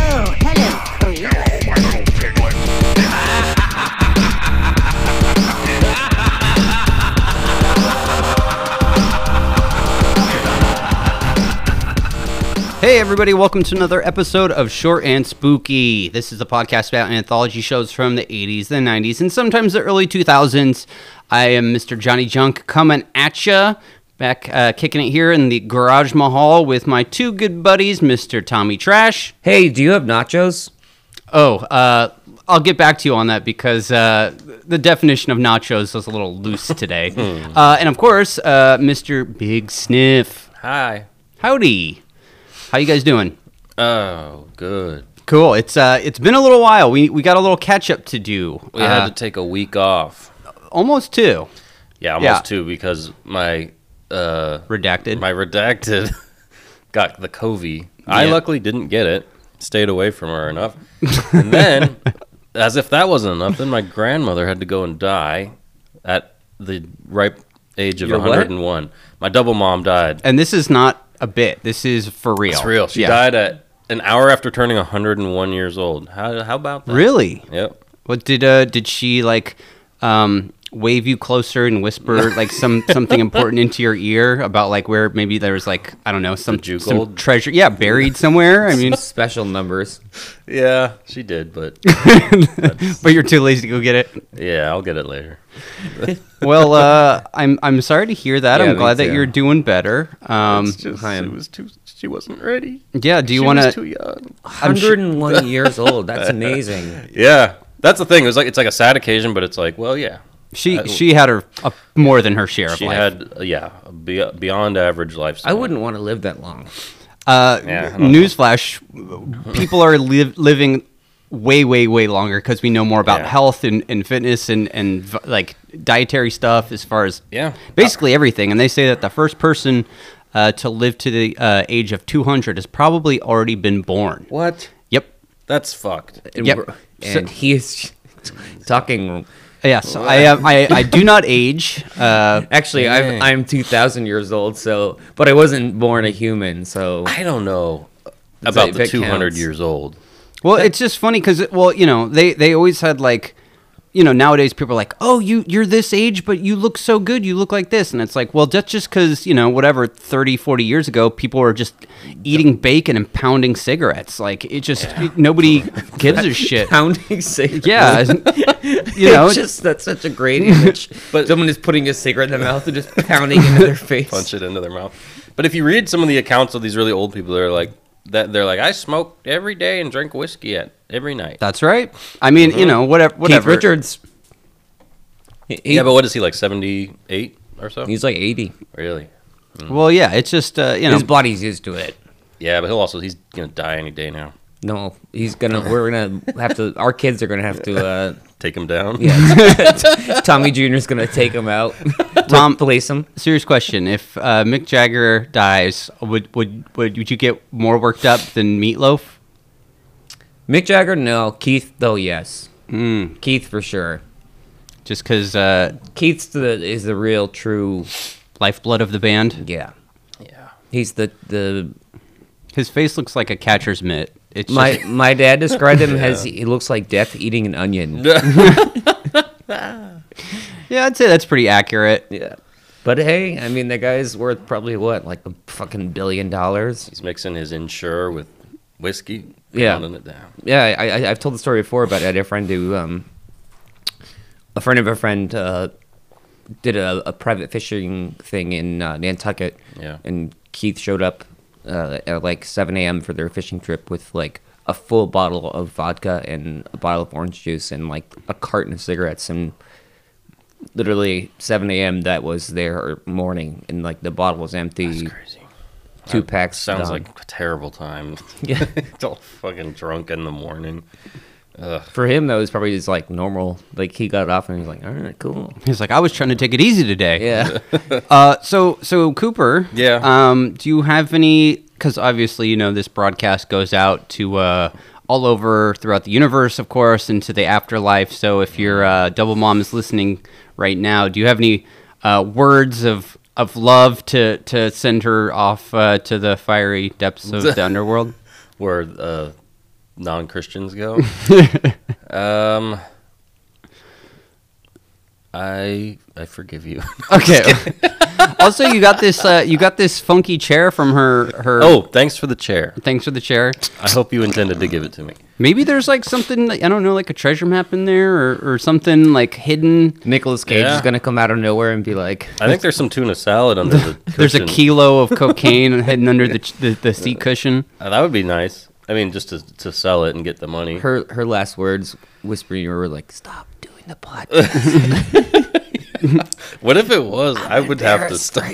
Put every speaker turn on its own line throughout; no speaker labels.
Oh, hello, creep.
Hey, everybody, welcome to another episode of Short and Spooky. This is a podcast about anthology shows from the 80s, the 90s, and sometimes the early 2000s. I am Mr. Johnny Junk coming at ya, back uh, kicking it here in the Garage Mahal with my two good buddies, Mr. Tommy Trash.
Hey, do you have nachos?
Oh, uh, I'll get back to you on that because uh, the definition of nachos was a little loose today. uh, and of course, uh, Mr. Big Sniff.
Hi.
Howdy. How you guys doing?
Oh, good.
Cool. It's uh, it's been a little while. We we got a little catch up to do.
We
Uh,
had to take a week off.
almost two
Yeah, almost
Yeah.
two because my uh
redacted.
my redacted got the COVID. I
Yeah.
luckily didn't get it. Stayed away from her enough. And then as if that wasn't enough, then my grandmother had to go and die at the ripe age of
Your what?
101. My double mom died.
and this is not a bit. This is for real.
It's real. She
Yeah.
died at an hour after turning 101 years old. How how about that?
Really?
Yep.
What did uh did she like um wave you closer and whisper like some something important into your ear about like where maybe there was like I don't know some,
Jew
some
gold?
treasure yeah buried somewhere I mean
special numbers.
Yeah, she did, but
but you're too lazy to go get it
yeah, I'll get it later.
well uh I'm I'm sorry to hear that
Yeah,
I'm
me
glad that
too.
you're doing better um
I am-
was too. She wasn't ready.
yeah do you want to
young.
sure-
101 years old. That's amazing.
Yeah, that's the thing. It was like it's like a sad occasion, but it's like, well, yeah,
She
I-
she had her a, more than her share of
Uh, she
life.
had uh, yeah a be- beyond average lifestyle.
I wouldn't want to live that long.
uh,
Yeah, I don't know.
newsflash: people are liv living way way way longer because we know more about
Yeah.
health and, and fitness and and v- like dietary stuff as far as
Yeah.
basically everything. And they say that the first person uh, to live to the uh, age of two hundred has probably already been born.
What?
Yep.
That's fucked.
And,
Yep.
we're-
So-
and he is talking.
Yes, I, uh, I I do not age. Uh,
Actually, I'm,
Dang.
I'm 2,000 years old, so. But I wasn't born a human, so.
I don't know about
if
the
it
two hundred
counts.
years old.
Well, it's just funny because well, you know, they they always had like, you know, nowadays people are like, oh, you you're this age, but you look so good, you look like this, and it's like, well, that's just because you know, whatever, 30, 40 years ago, people were just eating bacon and pounding cigarettes. Like it just nobody gives a shit.
Pounding cigarettes.
Yeah, it's- you know,
it's just that's such a great image. but someone is putting a cigarette in their mouth and just pounding into their face.
Punch it into their mouth. But if you read some of the accounts of these really old people, they're like that. They're like, I smoked every day and drank whiskey at every night.
that's right. I mean, you know, whatever,
Mm-hmm. Keith
whatever.
Richards. He- he-
yeah, but what is he like seventy eight or so?
he's like 80.
really.
Mm-hmm. Well, yeah, it's just uh, you know,
His body's used to it.
Yeah, but he'll also he's gonna die any day now.
No, he's gonna. We're gonna have to. Our kids are gonna have to. Uh,
Take him down.
yeah, Tommy Junior's gonna take him out.
Tom-
replace him.
serious question: If uh, Mick Jagger dies, would would would would you get more worked up than Meatloaf?
Mick Jagger, no. Keith, though, yes. Keith for sure.
just because uh,
Keith's the is the real true.
lifeblood of the band.
Yeah,
Yeah.
he's the the.
His face looks like a catcher's mitt. It's
My
just,
my dad described him as he looks like death eating an onion.
yeah, I'd say that's pretty accurate.
Yeah. But hey, I mean, the guy's worth probably what, like a fucking billion dollars?
He's mixing his insure with whiskey.
Yeah.
Pounding it down.
Yeah, I, I, I've told the story before about I had a friend who, um, a friend of a friend, uh, did a, a private fishing thing in uh, Nantucket.
Yeah.
And Keith showed up uh, at like 7 a.m. for their fishing trip with like a full bottle of vodka and a bottle of orange juice and like a carton of cigarettes. And literally 7 a.m., that was their morning. And like the bottle was empty,
Crazy.
two packs.
Sounds
gone.
like a terrible time.
Yeah.
It's all fucking drunk in the morning.
For him, that was probably just like normal. Like he got off and he was like, all right, cool.
He's like, I was trying to take it easy today.
Yeah.
Uh, so so Cooper.
Yeah.
Um, do you have any? Because obviously, you know, this broadcast goes out to uh, all over throughout the universe, of course, into the afterlife. So if your uh, double mom is listening right now, do you have any uh, words of of love to to send her off uh, to the fiery depths of the underworld?
where uh, non Christians go. um, I I forgive you.
Okay. also, you got this uh, you got this funky chair from her her.
oh, thanks for the chair.
Thanks for the chair.
I hope you intended to give it to me.
Maybe there's like something I don't know, like a treasure map in there, or, or something like hidden.
Nicholas Cage
Yeah.
is gonna come out of nowhere and be like,
I think there's some tuna salad under the. Cushion.
There's a kilo of cocaine hidden under the, the the seat cushion.
Uh, that would be nice. I mean, just to to sell it and get the money.
her her last words whispering to her were like, "Stop doing the podcast."
What if it was? i would have to stop.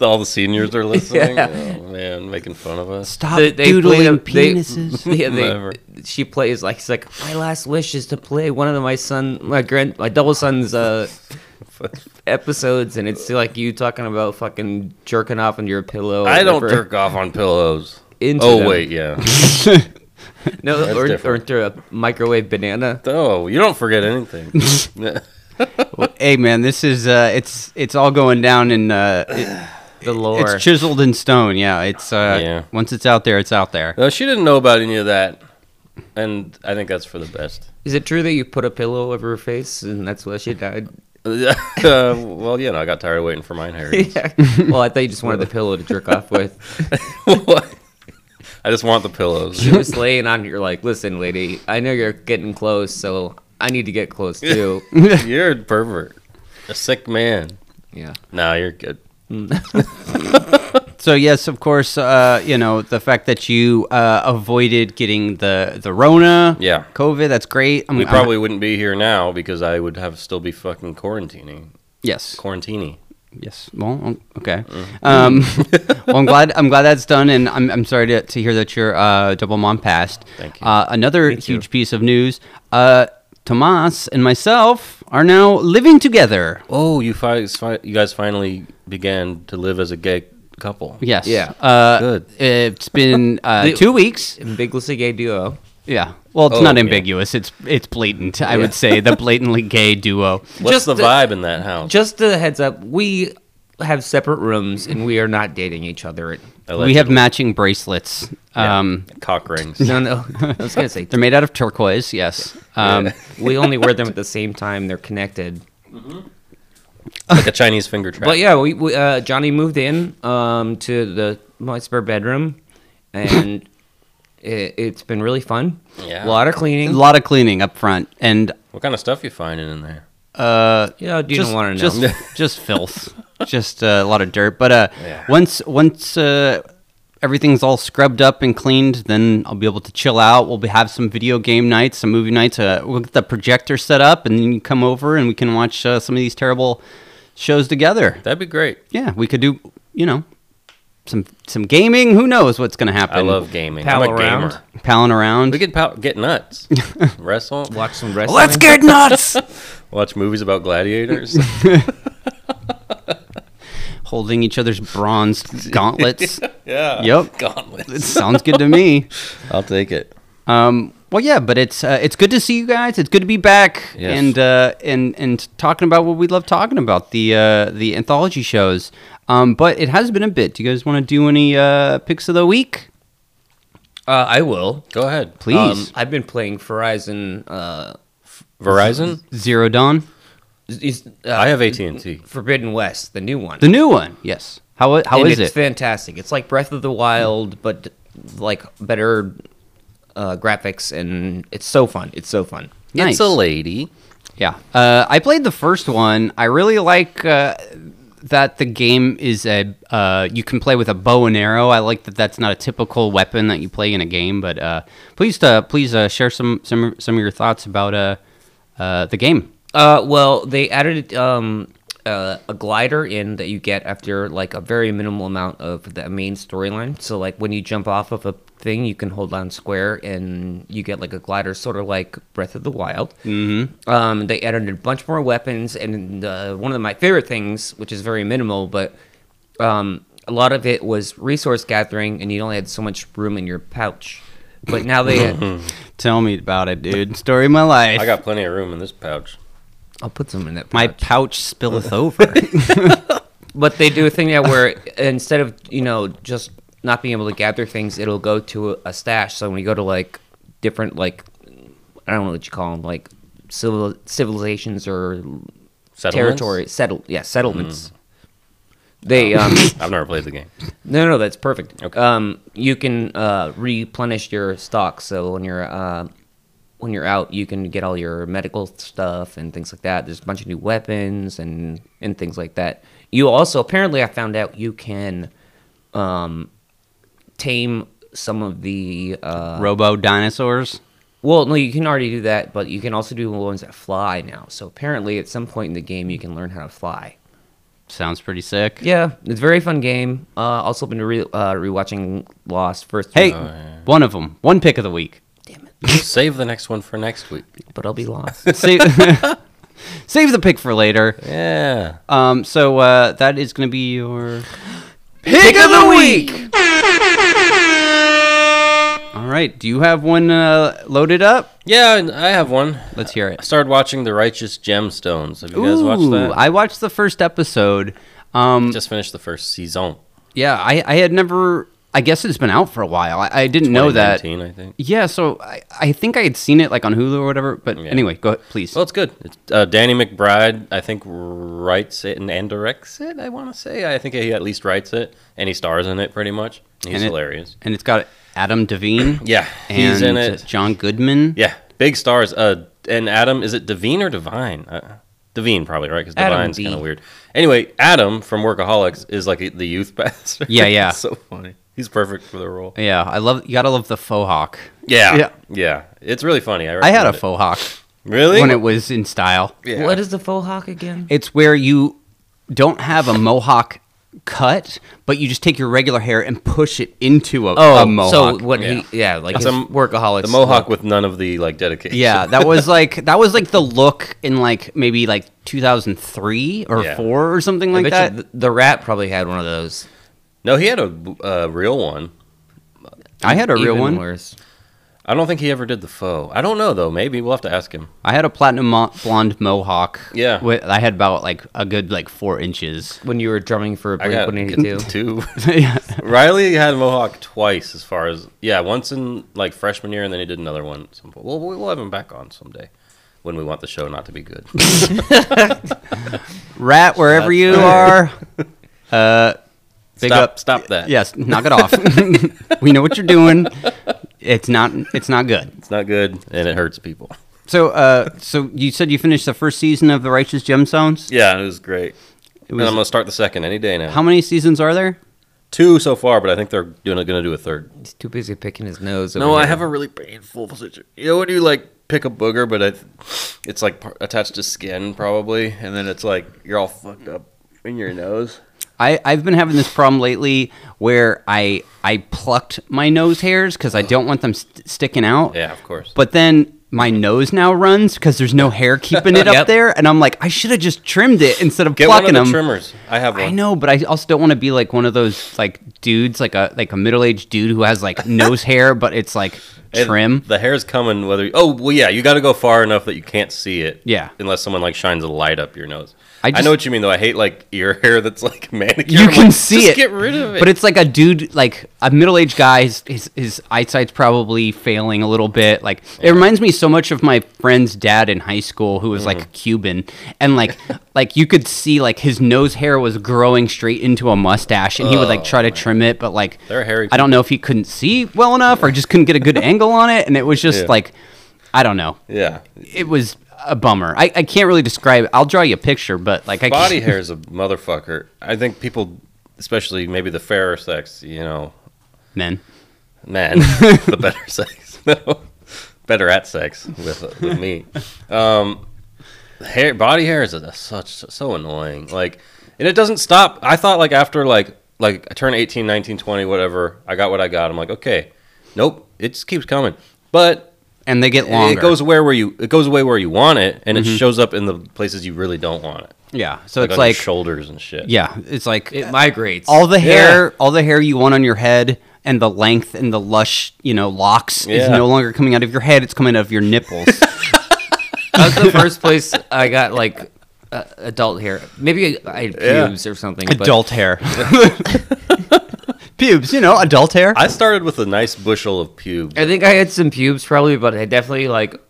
All the seniors are listening. Oh, man, making fun of us.
Stop
They- they
doodling
played a- they-
penises.
yeah, they-
Whatever.
she plays like she's like, "My last wish is to play one of my son, my grand, my double son's uh, episodes," and it's like you talking about fucking jerking off into your pillow.
I don't
or-
jerk off on pillows.
Into
Oh
them.
wait, yeah.
No, or, or
different.
into a microwave banana.
Oh, you don't forget anything.
hey man, this is uh, it's it's all going down in uh, it-
The lore.
it's chiseled in stone. Yeah, it's uh,
Yeah.
once it's out there, it's out there.
no, she didn't know about any of that, and I think that's for the best.
is it true that you put a pillow over her face and that's why she died?
uh, well, you know, I got tired of waiting for mine, Harry.
yeah. Well, I thought you just wanted the pillow to jerk off with.
I just want the pillows.
She was laying on. You're like, listen, lady, I know you're getting close, so I need to get close too.
You're a pervert, a sick man.
yeah.
No, you're good.
So yes, of course, uh, you know the fact that you uh, avoided getting the the Rona,
Yeah.
COVID. That's great. uh, I'm,
We
I'm-
probably wouldn't be here now because I would have still be fucking quarantining.
yes,
Quarantining.
yes. Well, um, okay.
Mm.
Um, well, I'm glad I'm glad that's done, and I'm, I'm sorry to, to hear that your uh, double mom passed.
Thank you.
Uh, another huge piece of news. Uh, Tomas and myself are now living together.
Oh, you fi- fi- you guys finally began to live as a gay couple.
Yes.
Yeah.
Uh,
Good.
It's been uh, two weeks.
Ambiguously gay duo.
Yeah. Well, it's
Oh,
not
yeah.
ambiguous. It's it's blatant. I would say the blatantly gay duo.
What's
Just
the
the-
vibe in that house?
Just a heads up, we have separate rooms and we are not dating each other.
We have matching bracelets.
Yeah.
Um,
cock rings.
No, no. I was gonna say
They're made out of turquoise. Yes. Um,
we only wear them at the same time. They're connected.
like a Chinese finger trap.
But yeah, we, we uh, Johnny moved in um, to the my spare bedroom, and it, it's been really fun.
Yeah.
a lot of
A
cleaning.
lot of cleaning up front, and
What kind of stuff you finding in there?
yeah, you
just
don't want to know.
just just filth, just uh, a lot of dirt. But uh,
Yeah.
once once uh, everything's all scrubbed up and cleaned, then I'll be able to chill out. We'll be, have some video game nights, some movie nights. Uh, we'll get the projector set up, and then you come over and we can watch uh, some of these terrible shows together.
That'd be great.
Yeah, we could do you know some some gaming. Who knows what's gonna happen?
I love gaming.
Pal
I'm a
around.
gamer.
palling around.
We could pow- get nuts, wrestle, watch,
Watch some wrestling.
Let's get nuts.
movies about gladiators.
Holding each other's bronzed gauntlets.
yeah.
Yep.
Gauntlets.
It sounds good to me.
I'll take it.
Um, well, yeah, but it's uh, it's good to see you guys. It's good to be back
Yes.
and uh, and and talking about what we love talking about the uh, the anthology shows. Um, but it has been a bit. Do you guys want to do any uh, picks of the week?
Uh, I will.
Go ahead.
Please.
Um, I've been playing Verizon. Uh,
Verizon.
Zero Dawn,
is- uh,
I have AT and T.
Forbidden West, the new one.
the new one. Yes. How how
and
is
it's
it?
fantastic. It's like Breath of the Wild, but like better uh, graphics, and it's so fun. It's so fun.
Nice.
It's a lady.
Yeah. Uh, I played the first one. I really like uh, that the game is a uh, you can play with a bow and arrow. I like that that's not a typical weapon that you play in a game. But uh, please, uh, please uh, share some some some of your thoughts about uh, uh, the game.
Uh, well, they added um, uh, a glider in that you get after like a very minimal amount of the main storyline. So like when you jump off of a thing, you can hold on square and you get like a glider, sort of like Breath of the Wild. Mm-hmm. Um, they added a bunch more weapons, and uh, one of my favorite things, which is very minimal, but um, a lot of it was resource gathering, and you only had so much room in your pouch. But now they,
Tell me about it, dude. Story of my life.
I got plenty of room in this pouch.
I'll put some in that.
my
pouch.
pouch spilleth over.
But they do a thing now where instead of you know just not being able to gather things, it'll go to a, a stash. So when you go to like different like I don't know what you call them like civil civilizations or
Settlements?
territory settle yeah settlements. They um
I've never played the game.
no no that's perfect.
Okay.
Um you can uh replenish your stock so when you're uh when you're out you can get all your medical stuff and things like that. There's a bunch of new weapons and and things like that. You also apparently I found out you can um tame some of the uh
Robo dinosaurs.
well, no, you can already do that, but you can also do the ones that fly now. So apparently, at some point in the game, you can learn how to fly.
Sounds pretty sick.
Yeah, it's a very fun game. Uh, also, been re- uh, rewatching Lost first.
Hey,
Oh,
week,
one of them. One pick of the week.
Save the next one for next week.
but I'll be lost.
Save, save the pick for later.
Yeah.
Um, so uh, that is going to be your
Pick of the week.
All right. Do you have one uh, loaded up?
Yeah, and I have one.
Let's hear
I
it.
started watching The Righteous Gemstones. Have you guys watched
Ooh,
that?
I watched the first episode. Um,
just finished the first season.
yeah, I, I had never. I guess it's been out for a while. I, I didn't know that.
2019, I think.
Yeah, so I, I think I had seen it like on Hulu or whatever. But anyway, go ahead, please.
Well, it's good. It's, uh, Danny McBride, I think, writes it and, and directs it. I want to say. I think he at least writes it, and he stars in it pretty much. And he's
And it-
hilarious.
and it's got Adam Devine.
Yeah,
and
he's in it.
John Goodman.
Yeah, big stars. Uh, and Adam, is it Devine or Divine? Uh, Devine, probably right, because
Adam
Divine's
D.
kind of weird. Anyway, Adam from Workaholics is like the youth pastor.
Yeah, yeah.
It's so funny. He's perfect for the role.
Yeah, I love. You gotta love the faux hawk.
Yeah,
Yeah.
yeah, It's really funny. I,
I had a
recommend it.
faux hawk
Really?
when it was in style.
Yeah.
What is the faux hawk again?
It's where you don't have a mohawk cut, but you just take your regular hair and push it into a, a mohawk.
Oh, so what he yeah like his
a m-
workaholics
the
look.
mohawk with none of the like dedication.
yeah, that was like that was like the look in like maybe like 2003 or
Yeah.
four or something
I
like
bet
that.
you th- the rat probably had one of those.
No, he had a uh, real one.
I had a real
Even
one.
Worse.
I don't think he ever did the foe. I don't know though. Maybe we'll have to ask him.
I had a platinum mo- blonde mohawk.
Yeah.
wi- I had about like a good like four inches.
When you were drumming for
I
Blink
got
One Eighty Two.
two.
yeah.
Riley had a mohawk twice, as far as yeah, once in like freshman year, and then he did another one. At some point. Well, we'll have him back on someday when we want the show not to be good.
Rat, wherever
That's
you
better.
are, uh, big
stop,
up.
stop that.
Yes, knock it off. we know what you're doing. It's not. It's not good.
it's not good, and it hurts people.
So, uh, so you said you finished the first season of the Righteous Gemstones.
Yeah, it was great.
It was-
and I'm gonna start the second any day now.
how many seasons are there?
two so far, but I think they're doing gonna do a third.
He's too busy picking his nose.
No,
over
I
here.
have a really painful situation. You know when you like pick a booger, but it, it's like par- attached to skin probably, and then it's like you're all fucked up in your nose.
I, I've been having this problem lately where I I plucked my nose hairs because I don't want them st- sticking out.
Yeah, of course.
But then my nose now runs because there's no hair keeping it up
Yep.
there, and I'm like, I should have just trimmed it instead of
get one of
plucking
the
them.
trimmers. I have one.
I know, but I also don't want to be like one of those like dudes, like a like a middle aged dude who has like nose hair, but it's like
And
trim.
The hair's coming whether. oh well, yeah. You got to go far enough that you can't see it.
Yeah.
Unless someone like shines a light up your nose.
I
I,
just-
know what you mean though. I hate like ear hair that's like manicured.
You
I'm
can
like,
see
"Just
it,
Get rid of it.
But it's like a dude, like a middle aged guy. His, his his eyesight's probably failing a little bit. Like it reminds me so much of my friend's dad in high school, who was
Mm.
like Cuban, and like like you could see like his nose hair was growing straight into a mustache, and he would like try to trim it, but like
Oh, They're hairy
I don't know if he couldn't see well enough or just couldn't get a good angle on it, and it was just
Yeah.
like I don't know.
yeah.
it was a bummer. I, I can't really describe. I'll draw you a picture, but like I
Body
can't-
hair is a motherfucker. I think people, especially maybe the fairer sex, you know,
men.
man, the better sex. No, better at sex with, with me. Um, hair, body hair is a, such so annoying. Like, and it doesn't stop. I thought like after like like I turned 18, 19, 20, whatever, I got what I got. I'm like, okay, nope, it just keeps coming. But
and they get longer.
it goes where where you it goes away where you want it, and it shows up in the places you really don't want it.
yeah. So
Like
it's
on
like
your shoulders and shit.
yeah, it's like
It migrates.
all the hair, all the hair you want on your head and the length and the lush, you know, locks is
Yeah.
no longer coming out of your head; it's coming out of your nipples.
That was the first place I got like uh, adult hair. Maybe I, I had
Yeah.
pubes or something. but-
adult hair, pubes, you know, adult hair.
I started with a nice bushel of pubes.
I think I had some pubes probably, but I definitely like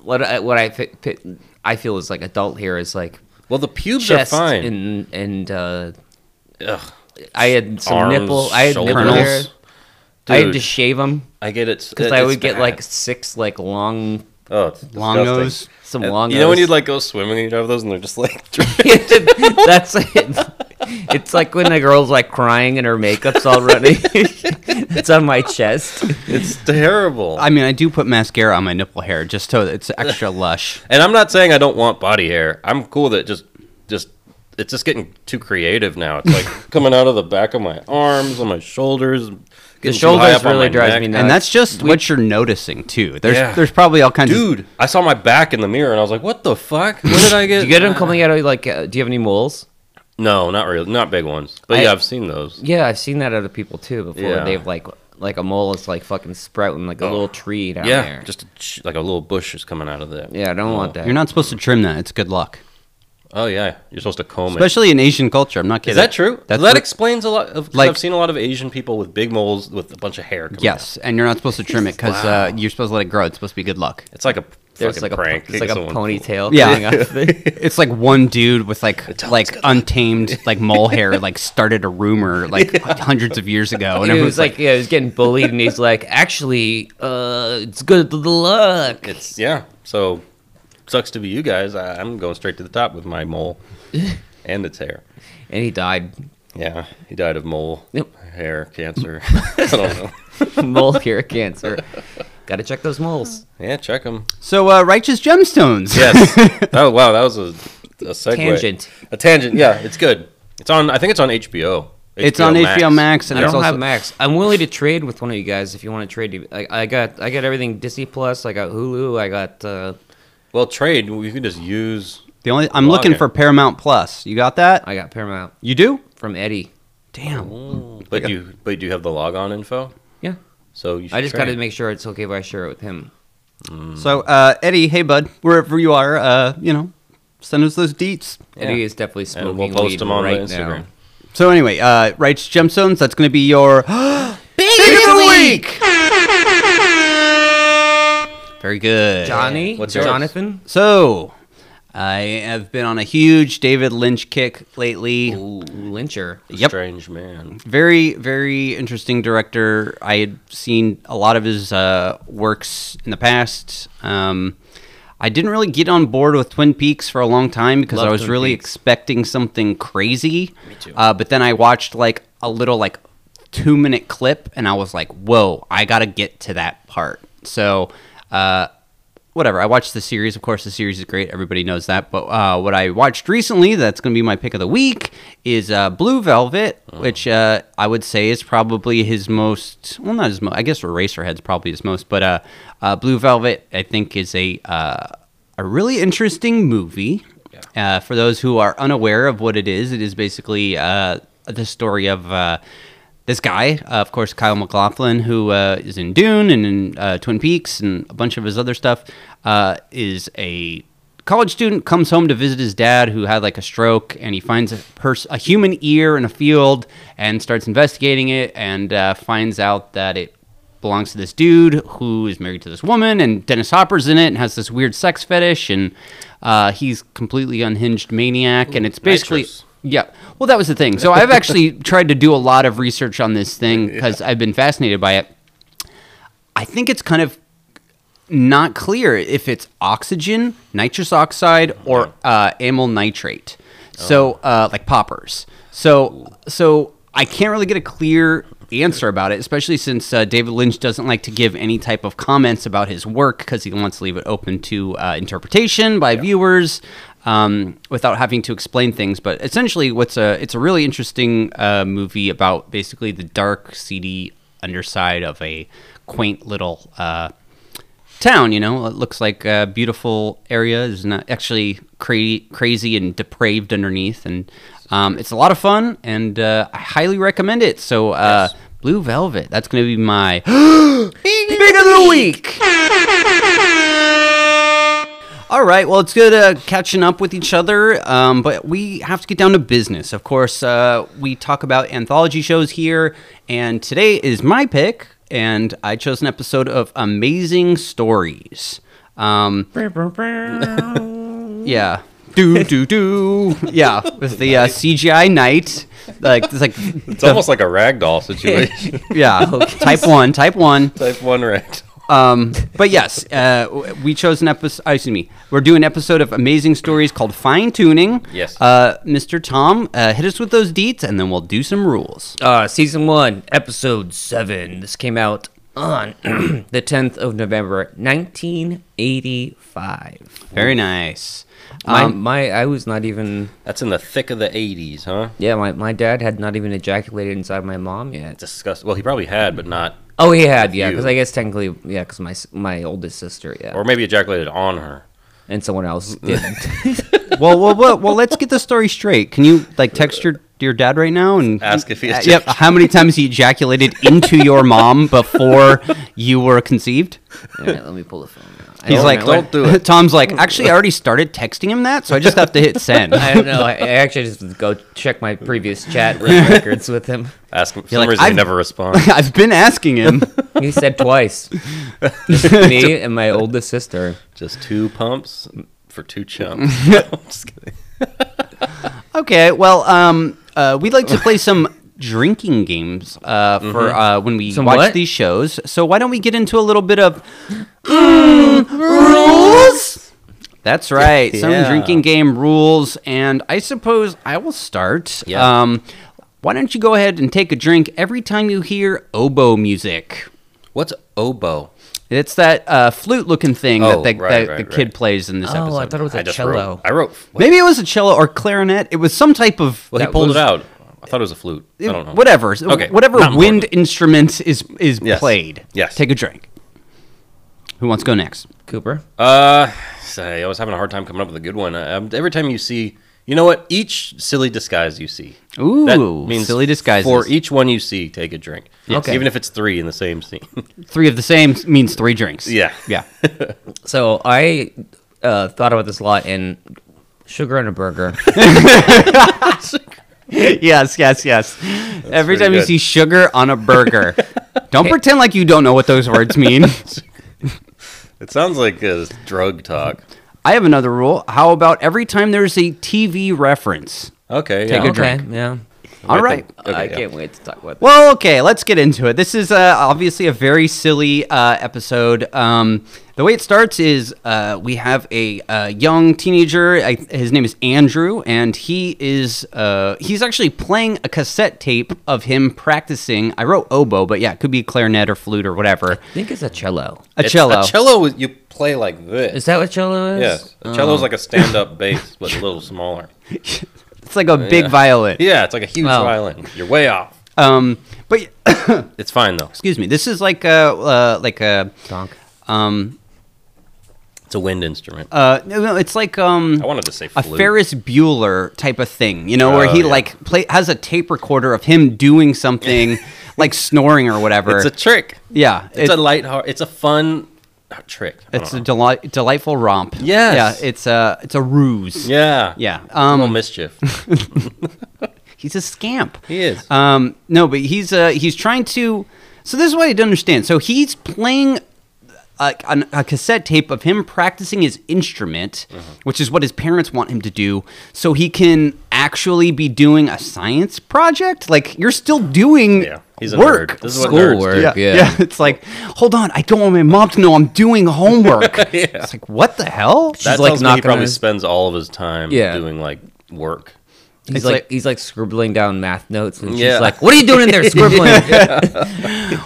what I, what I fi- fi- I feel is like adult hair is like
Well, the pubes are
chest
fine.
and and uh,
Ugh,
I had some
arms,
nipple. I had nipple
shoulders.
hair. I had to
Dude.
shave them
I get it
because I would get like six like long
oh, it's
Long
disgusting.
nose.
some
And
long.
You know when
nose-
you'd like go swimming and you'd have those and they're just like
That's it. It's like when a girl's like crying and her makeup's all running. it's on my chest.
it's terrible.
I mean, I do put mascara on my nipple hair just so that it's extra lush.
and I'm not saying I don't want body hair. I'm cool that it just just it's just getting too creative now. It's like coming out of the back of my arms, on my shoulders.
The
getting too high
shoulders
up on
really
my
drives
neck.
me nuts.
And that's just what you're noticing too. There's
Yeah.
there's probably all kinds of
Dude, I saw my back in the mirror and I was like, "What the fuck? What did I
Do
get?"
you get them coming out of like? Uh, do you have any moles?
No, not really, not big ones. But
I-
yeah, I've seen those.
Yeah, I've seen that out of people too before.
Yeah. Oh.
They've like like a mole is like fucking sprouting like a little tree down
Yeah,
there.
just Oh. a ch- like a little bush is coming out of there.
yeah, I don't want that.
You're not supposed to trim that. It's good luck,
Oh yeah, you're supposed to comb it.
especially in Asian culture. I'm not kidding.
Is that true?
That's
that
what-
explains a lot. Of, 'cause
Like-
I've seen a lot of Asian people with big moles with a bunch of hair. Coming
Yes, and you're not supposed to trim it because
Wow.
uh, you're supposed to let it grow. It's supposed to be good luck.
out. it's like a
There's
fucking
like a
prank.
it's like a
Someone-
ponytail.
Yeah.
coming off there.
It's like one dude with like like untamed like mole hair like started a rumor like hundreds of years ago, and
He
everyone's
was
like,
like, yeah, he was getting bullied, and he's like, actually, uh, it's good luck.
It's yeah. So sucks to be you guys. I, I'm going straight to the top with my mole and its hair.
And he died.
Yeah, he died of mole
Yep.
hair cancer. I don't know.
Mole hair cancer. Got to check those moles.
Yeah, check him.
so uh, righteous gemstones.
Yes. oh wow, that was a, a segue.
Tangent.
A tangent. Yeah, it's good. It's on. I think it's on HBO.
it's on HBO Max, and
I
it's
don't
also
have Max. I'm willing to trade with one of you guys if you want to trade. I, I got I got everything Disney Plus. I got Hulu. I got uh,
Well, trade. You can just use.
the only. I'm looking
Login.
for Paramount Plus. You got that?
I got Paramount
You do?
from Eddie.
Damn.
But you. But do you have the logon info?
Yeah,
So you. Should
I just got
trade.
to make sure it's okay if I share it with him. Mm.
So uh, Eddie, hey bud, wherever you are, uh, you know, send us those deets.
Eddie is definitely smoking
and we'll post
weed
them on
right
the Instagram.
now.
So anyway, uh, righteous gemstones. That's going to be your.
Big of the week,
Very good,
Johnny.
What's yours?
Jonathan?
So, I have been on a huge David Lynch kick lately.
Ooh, Lyncher.
Yep.
Strange man.
Very, very interesting director. I had seen a lot of his uh, works in the past. Um, I didn't really get on board with Twin Peaks for a long time because
Love
I was
Twin
really
Peaks.
expecting something crazy. Me
too.
Uh, but then I watched like a little like two minute clip and I was like, whoa, I got to get to that part. So, uh, whatever. I watched the series. Of course, the series is great. Everybody knows that. But uh, what I watched recently, that's going to be my pick of the week, is uh, Blue Velvet, which uh, I would say is probably his most. Well, not his most. I guess Eraserhead's probably his most. But uh, uh, Blue Velvet, I think, is a uh, a really interesting movie. Uh, for those who are unaware of what it is, it is basically uh, the story of. Uh, this guy, uh, of course, Kyle McLaughlin, who uh, is in Dune and in uh, Twin Peaks and a bunch of his other stuff, uh, is a college student. comes home to visit his dad, who had like a stroke, and he finds a pers- a human ear in a field and starts investigating it, and uh, finds out that it belongs to this dude who is married to this woman, and Dennis Hopper's in it and has this weird sex fetish, and uh, he's completely unhinged maniac, and it's basically.
nitrous.
Yeah. Well, that was the thing. So I've actually tried to do a lot of research on this thing because I've been fascinated by it. I think it's kind of not clear if it's oxygen, nitrous oxide, or uh, amyl nitrate. So, uh, like poppers. So, so I can't really get a clear answer about it, especially since uh, David Lynch doesn't like to give any type of comments about his work because he wants to leave it open to uh, interpretation by viewers um, without having to explain things. But essentially, what's a it's a really interesting uh, movie about basically the dark, seedy underside of a quaint little. Uh, town. You know, it looks like a beautiful area. It's not actually cra- crazy and depraved underneath, and um, it's a lot of fun. And uh, I highly recommend it. So, uh, Blue Velvet. That's going to be my pick of the week. All right. Well, it's good uh, catching up with each other, um, but we have to get down to business. Of course, uh, we talk about anthology shows here, and today is my pick, and I chose an episode of Amazing Stories. Um, yeah. Do do do. Yeah, with the uh, CGI knight, like it's like
It's almost like a ragdoll situation.
yeah, type one, type one.
Type one ragdoll.
Um, but yes, uh, w- we chose an episode. Excuse me. We're doing an episode of Amazing Stories called Fine Tuning.
Yes.
Uh, Mr. Tom, uh, hit us with those deets, and then we'll do some rules.
Uh, season one, episode seven. This came out on the 10th of November, 1985.
Very nice.
My,
Um,
my, I was not even.
That's in the thick of the '80s, huh?
Yeah, my, my dad had not even ejaculated inside my mom yet.
Disgust. Well, he probably had, but not,
Oh, he had, yeah, because
You.
I guess technically, yeah, because my s- my oldest sister, yeah,
or maybe ejaculated on her.
and someone else did.
well, well, well, well. Let's get the story straight. Can you like text your your dad right now and
Ask if he
Uh, yep. How many times he ejaculated into your mom before you were conceived?
All right, let me pull the phone. Out. I
He's
don't
like,
know.
don't do it.
Tom's like, actually, I already started texting him that, so I just have to hit send.
I don't know. I, I actually just go check my previous chat records with him.
Ask him. For some
like,
reason,
I've-
he never responds.
I've been asking him.
He said twice. Just me and my oldest sister.
Just two pumps for two chumps. I'm just kidding.
Okay, well, um, uh, we'd like to play some drinking games uh, for
Mm-hmm.
uh, when we
Some
watch
what?
these shows. So why don't we get into a little bit of rules? That's right, some
Yeah.
drinking game rules, and I suppose I will start.
Yeah.
Um, why don't you go ahead and take a drink every time you hear oboe music?
What's oboe?
It's that uh, flute-looking thing
Oh,
that, the,
right,
that
right,
the
right.
kid plays in this episode.
Oh, I thought it was
I
a
just
cello.
Wrote, I wrote. What?
Maybe it was a cello or clarinet. It was some type of.
Well, he
that
pulled
was-
it out. I thought it was a flute. I don't know.
Whatever.
Okay,
Whatever
not
wind
important.
instrument is is
Yes.
played.
Yes.
Take a drink. Who wants to go next?
Cooper.
Uh, say, I was having a hard time coming up with a good one. Um, every time you see, you know what? Each silly disguise you see.
Ooh, silly disguises.
For each one you see, take a drink.
Okay.
Even if it's three in the same scene.
Three of the same means three drinks.
yeah.
Yeah.
So I uh, thought about this a lot and sugar on a burger.
yes. Yes. Yes. Every
pretty
time you
good.
see sugar on a burger, don't pretend like you don't know what those words mean.
It sounds like uh, drug talk.
I have another rule. How about every time there's a TV reference?
Okay.
Take
yeah.
a drink.
Yeah.
All
Right,
right.
Okay,
I
yeah.
can't wait to talk about that.
Well, okay, let's get into it. This is uh, obviously a very silly uh, episode. Um, the way it starts is uh, we have a uh, young teenager. I, his name is Andrew, and he is uh, he's actually playing a cassette tape of him practicing. I wrote oboe, but yeah, it could be clarinet or flute or whatever.
I think it's a cello.
A
It's-
cello.
A cello, is- you play like this.
Is that what cello is?
Yes. A cello is
uh,
like a stand up bass, but a little smaller.
it's like a big
Oh, Yeah.
violin.
Yeah, it's like a huge
Oh.
violin. You're way off.
Um, but
It's fine, though.
excuse me, this is like a uh, like a
Donk.
um
It's a wind instrument.
uh no, no, it's like um
I wanted to say
a
flute.
Ferris Bueller type of thing, you know, where
Oh,
he
yeah.
like play has a tape recorder of him doing something like snoring or whatever.
It's a trick.
yeah,
It's a light. It's a fun trick. I don't
it's
know.
a deli- delightful romp.
Yes.
yeah, it's a it's a ruse.
yeah.
yeah.
Um,
Um,
mischief.
he's a scamp.
He is.
Um, no, but he's uh, he's trying to. So this is what I don't understand. So he's playing a, an- a cassette tape of him practicing his instrument,
Mm-hmm.
which is what his parents want him to do, so he can actually be doing a science project. Like you're still doing
yeah. He's a
work.
nerd. This is what
School
nerds do.
work.
Yeah, yeah.
Yeah.
It's like, hold on, I don't want my mom to know I'm doing homework. It's like, what the hell?
That
She's, like,
tells me he
knocking on
probably
his-
spends all of his time
Yeah.
doing like work.
He's
It's
like,
like-
he's like scribbling down math notes, and she's
Yeah.
like, "What are you doing in there scribbling?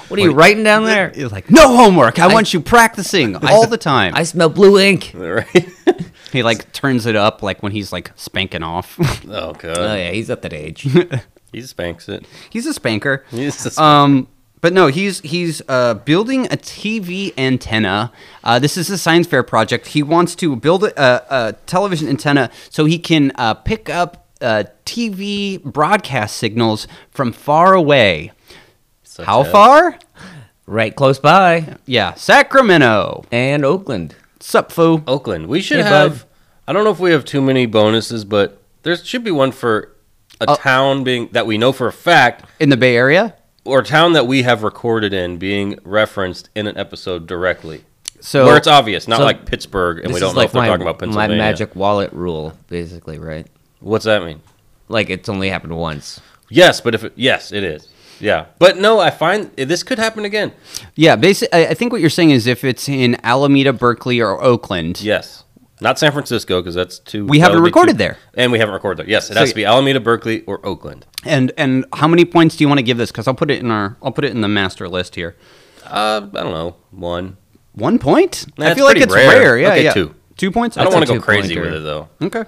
what are you writing down there?
It's like, no homework. I, want you practicing all the time.
I smell blue ink."
Right?
he like turns it up like when he's like spanking off.
oh god.
Oh yeah, he's at that age.
He spanks it.
he's a spanker.
He's a
Um, but no, he's he's uh, building a TV antenna. Uh, this is a science fair project. He wants to build a, a television antenna so he can uh, pick up uh, TV broadcast signals from far away.
Such
How
as-
far?
Right close by.
Yeah, Sacramento.
And Oakland.
Sup, foo?
Oakland. We should
Hey, bud.
have. I don't know if we have too many bonuses, but there should be one for a
Oh.
town being that we know for a fact,
In the Bay Area?
or a town that we have recorded in being referenced in an episode directly,
So
where it's obvious, not
so
like Pittsburgh, and
This
we don't
is
know
like
if they're
my,
talking about Pennsylvania.
My magic wallet rule, basically, right?
What's that mean?
Like it's only happened once.
Yes, but if it, yes, it is. Yeah, but no, I find eh, this could happen again.
yeah, basically, I think what you're saying is if it's in Alameda, Berkeley, or Oakland,
Yes, not San Francisco because that's too.
We
that
haven't
would be too-
recorded there.
and we haven't recorded there. Yes, it
So-
has to be Alameda, Berkeley, or Oakland.
and and how many points do you want to give this? Because I'll put it in our I'll put it in the master list here.
Uh, I don't know, one.
One point?
Nah,
I
it's
feel like
pretty
it's rare.
rare.
Yeah,
Okay,
yeah.
two.
Two points.
I don't
That's
want
a
to go crazy
two-pointer.
with it though.
two- Okay.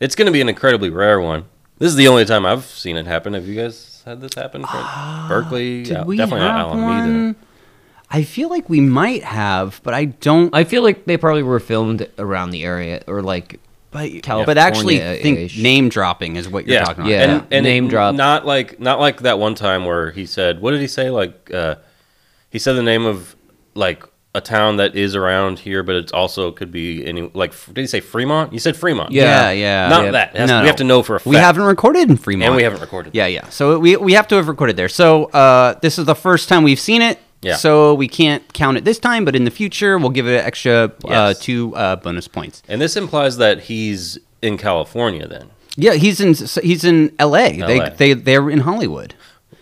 It's going to be an incredibly rare one. This is the only time I've seen it happen. Have you guys had this happen? From Berkeley,
Ah, Did
Yeah,
we
definitely
have
not Alameda.
one? I feel like we might have, but I don't.
I feel like they probably were filmed around the area or like
but, but
California
actually, think
ish.
name dropping is what you're
Yeah,
talking about.
Yeah.
and, and
Name
it-
drop.
Not like not like that one time where he said, "What did he say?" Like uh, he said the name of like a town that is around here, but it's also could be any like. f- Did he say Fremont? You said Fremont.
Yeah, yeah.
Yeah.
Not
Yeah.
that. It has-
No,
We
no.
have to know for a fact.
We haven't recorded in Fremont.
and we haven't recorded.
Yeah, yeah. So we, we have to have recorded there. So uh, this is the first time we've seen it.
Yeah.
So we can't count it this time, but in the future we'll give it an extra uh,
Yes.
two uh, bonus points.
And this implies that he's in California then.
Yeah, he's in he's in L.A.
LA.
They they they're in Hollywood.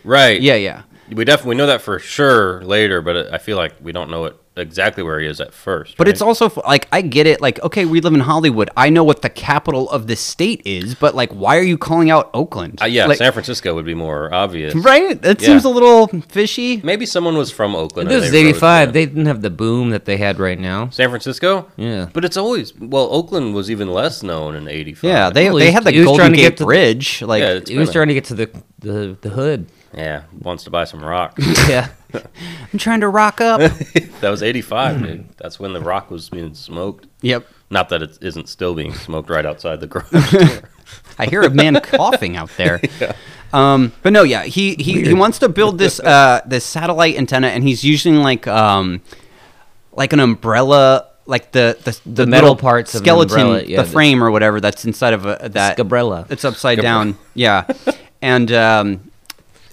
Right.
Yeah, yeah.
We definitely know that for sure later, but I feel like we don't know it exactly where he is at first.
But it's
right?
also f- like I get it. Like, okay, we live in Hollywood. I know what the capital of the state is, but like, why are you calling out Oakland?
Uh, yeah,
Like,
San Francisco would be more obvious.
right. That
Yeah.
seems a little fishy.
Maybe someone was from Oakland. and
this is
they rode
'85.
there.
They didn't have the boom that they had right now.
San Francisco?
Yeah.
But it's always well, Oakland was even less known in eighty five.
Yeah, they
Well,
they
he-
had the
he was
Golden
trying to
Gate
get to the-
Bridge. like,
Yeah, it's
It was
been a-
trying to get to the the, the hood.
Yeah. Wants to buy some rock.
Yeah.
I'm trying to rock up.
that was eighty five, dude. That's when the rock was being smoked.
yep.
Not that it isn't still being smoked right outside the garage door.
I hear a man coughing out there. Um, but no, yeah, he he, he wants to build this uh, this satellite antenna, and he's using like um, like an umbrella, like the the, the,
metal
little
parts of an
skeleton,
umbrella, yeah,
the
the-
frame or whatever that's inside of a, that
Scabrella.
It's upside down. Yeah, and. Um,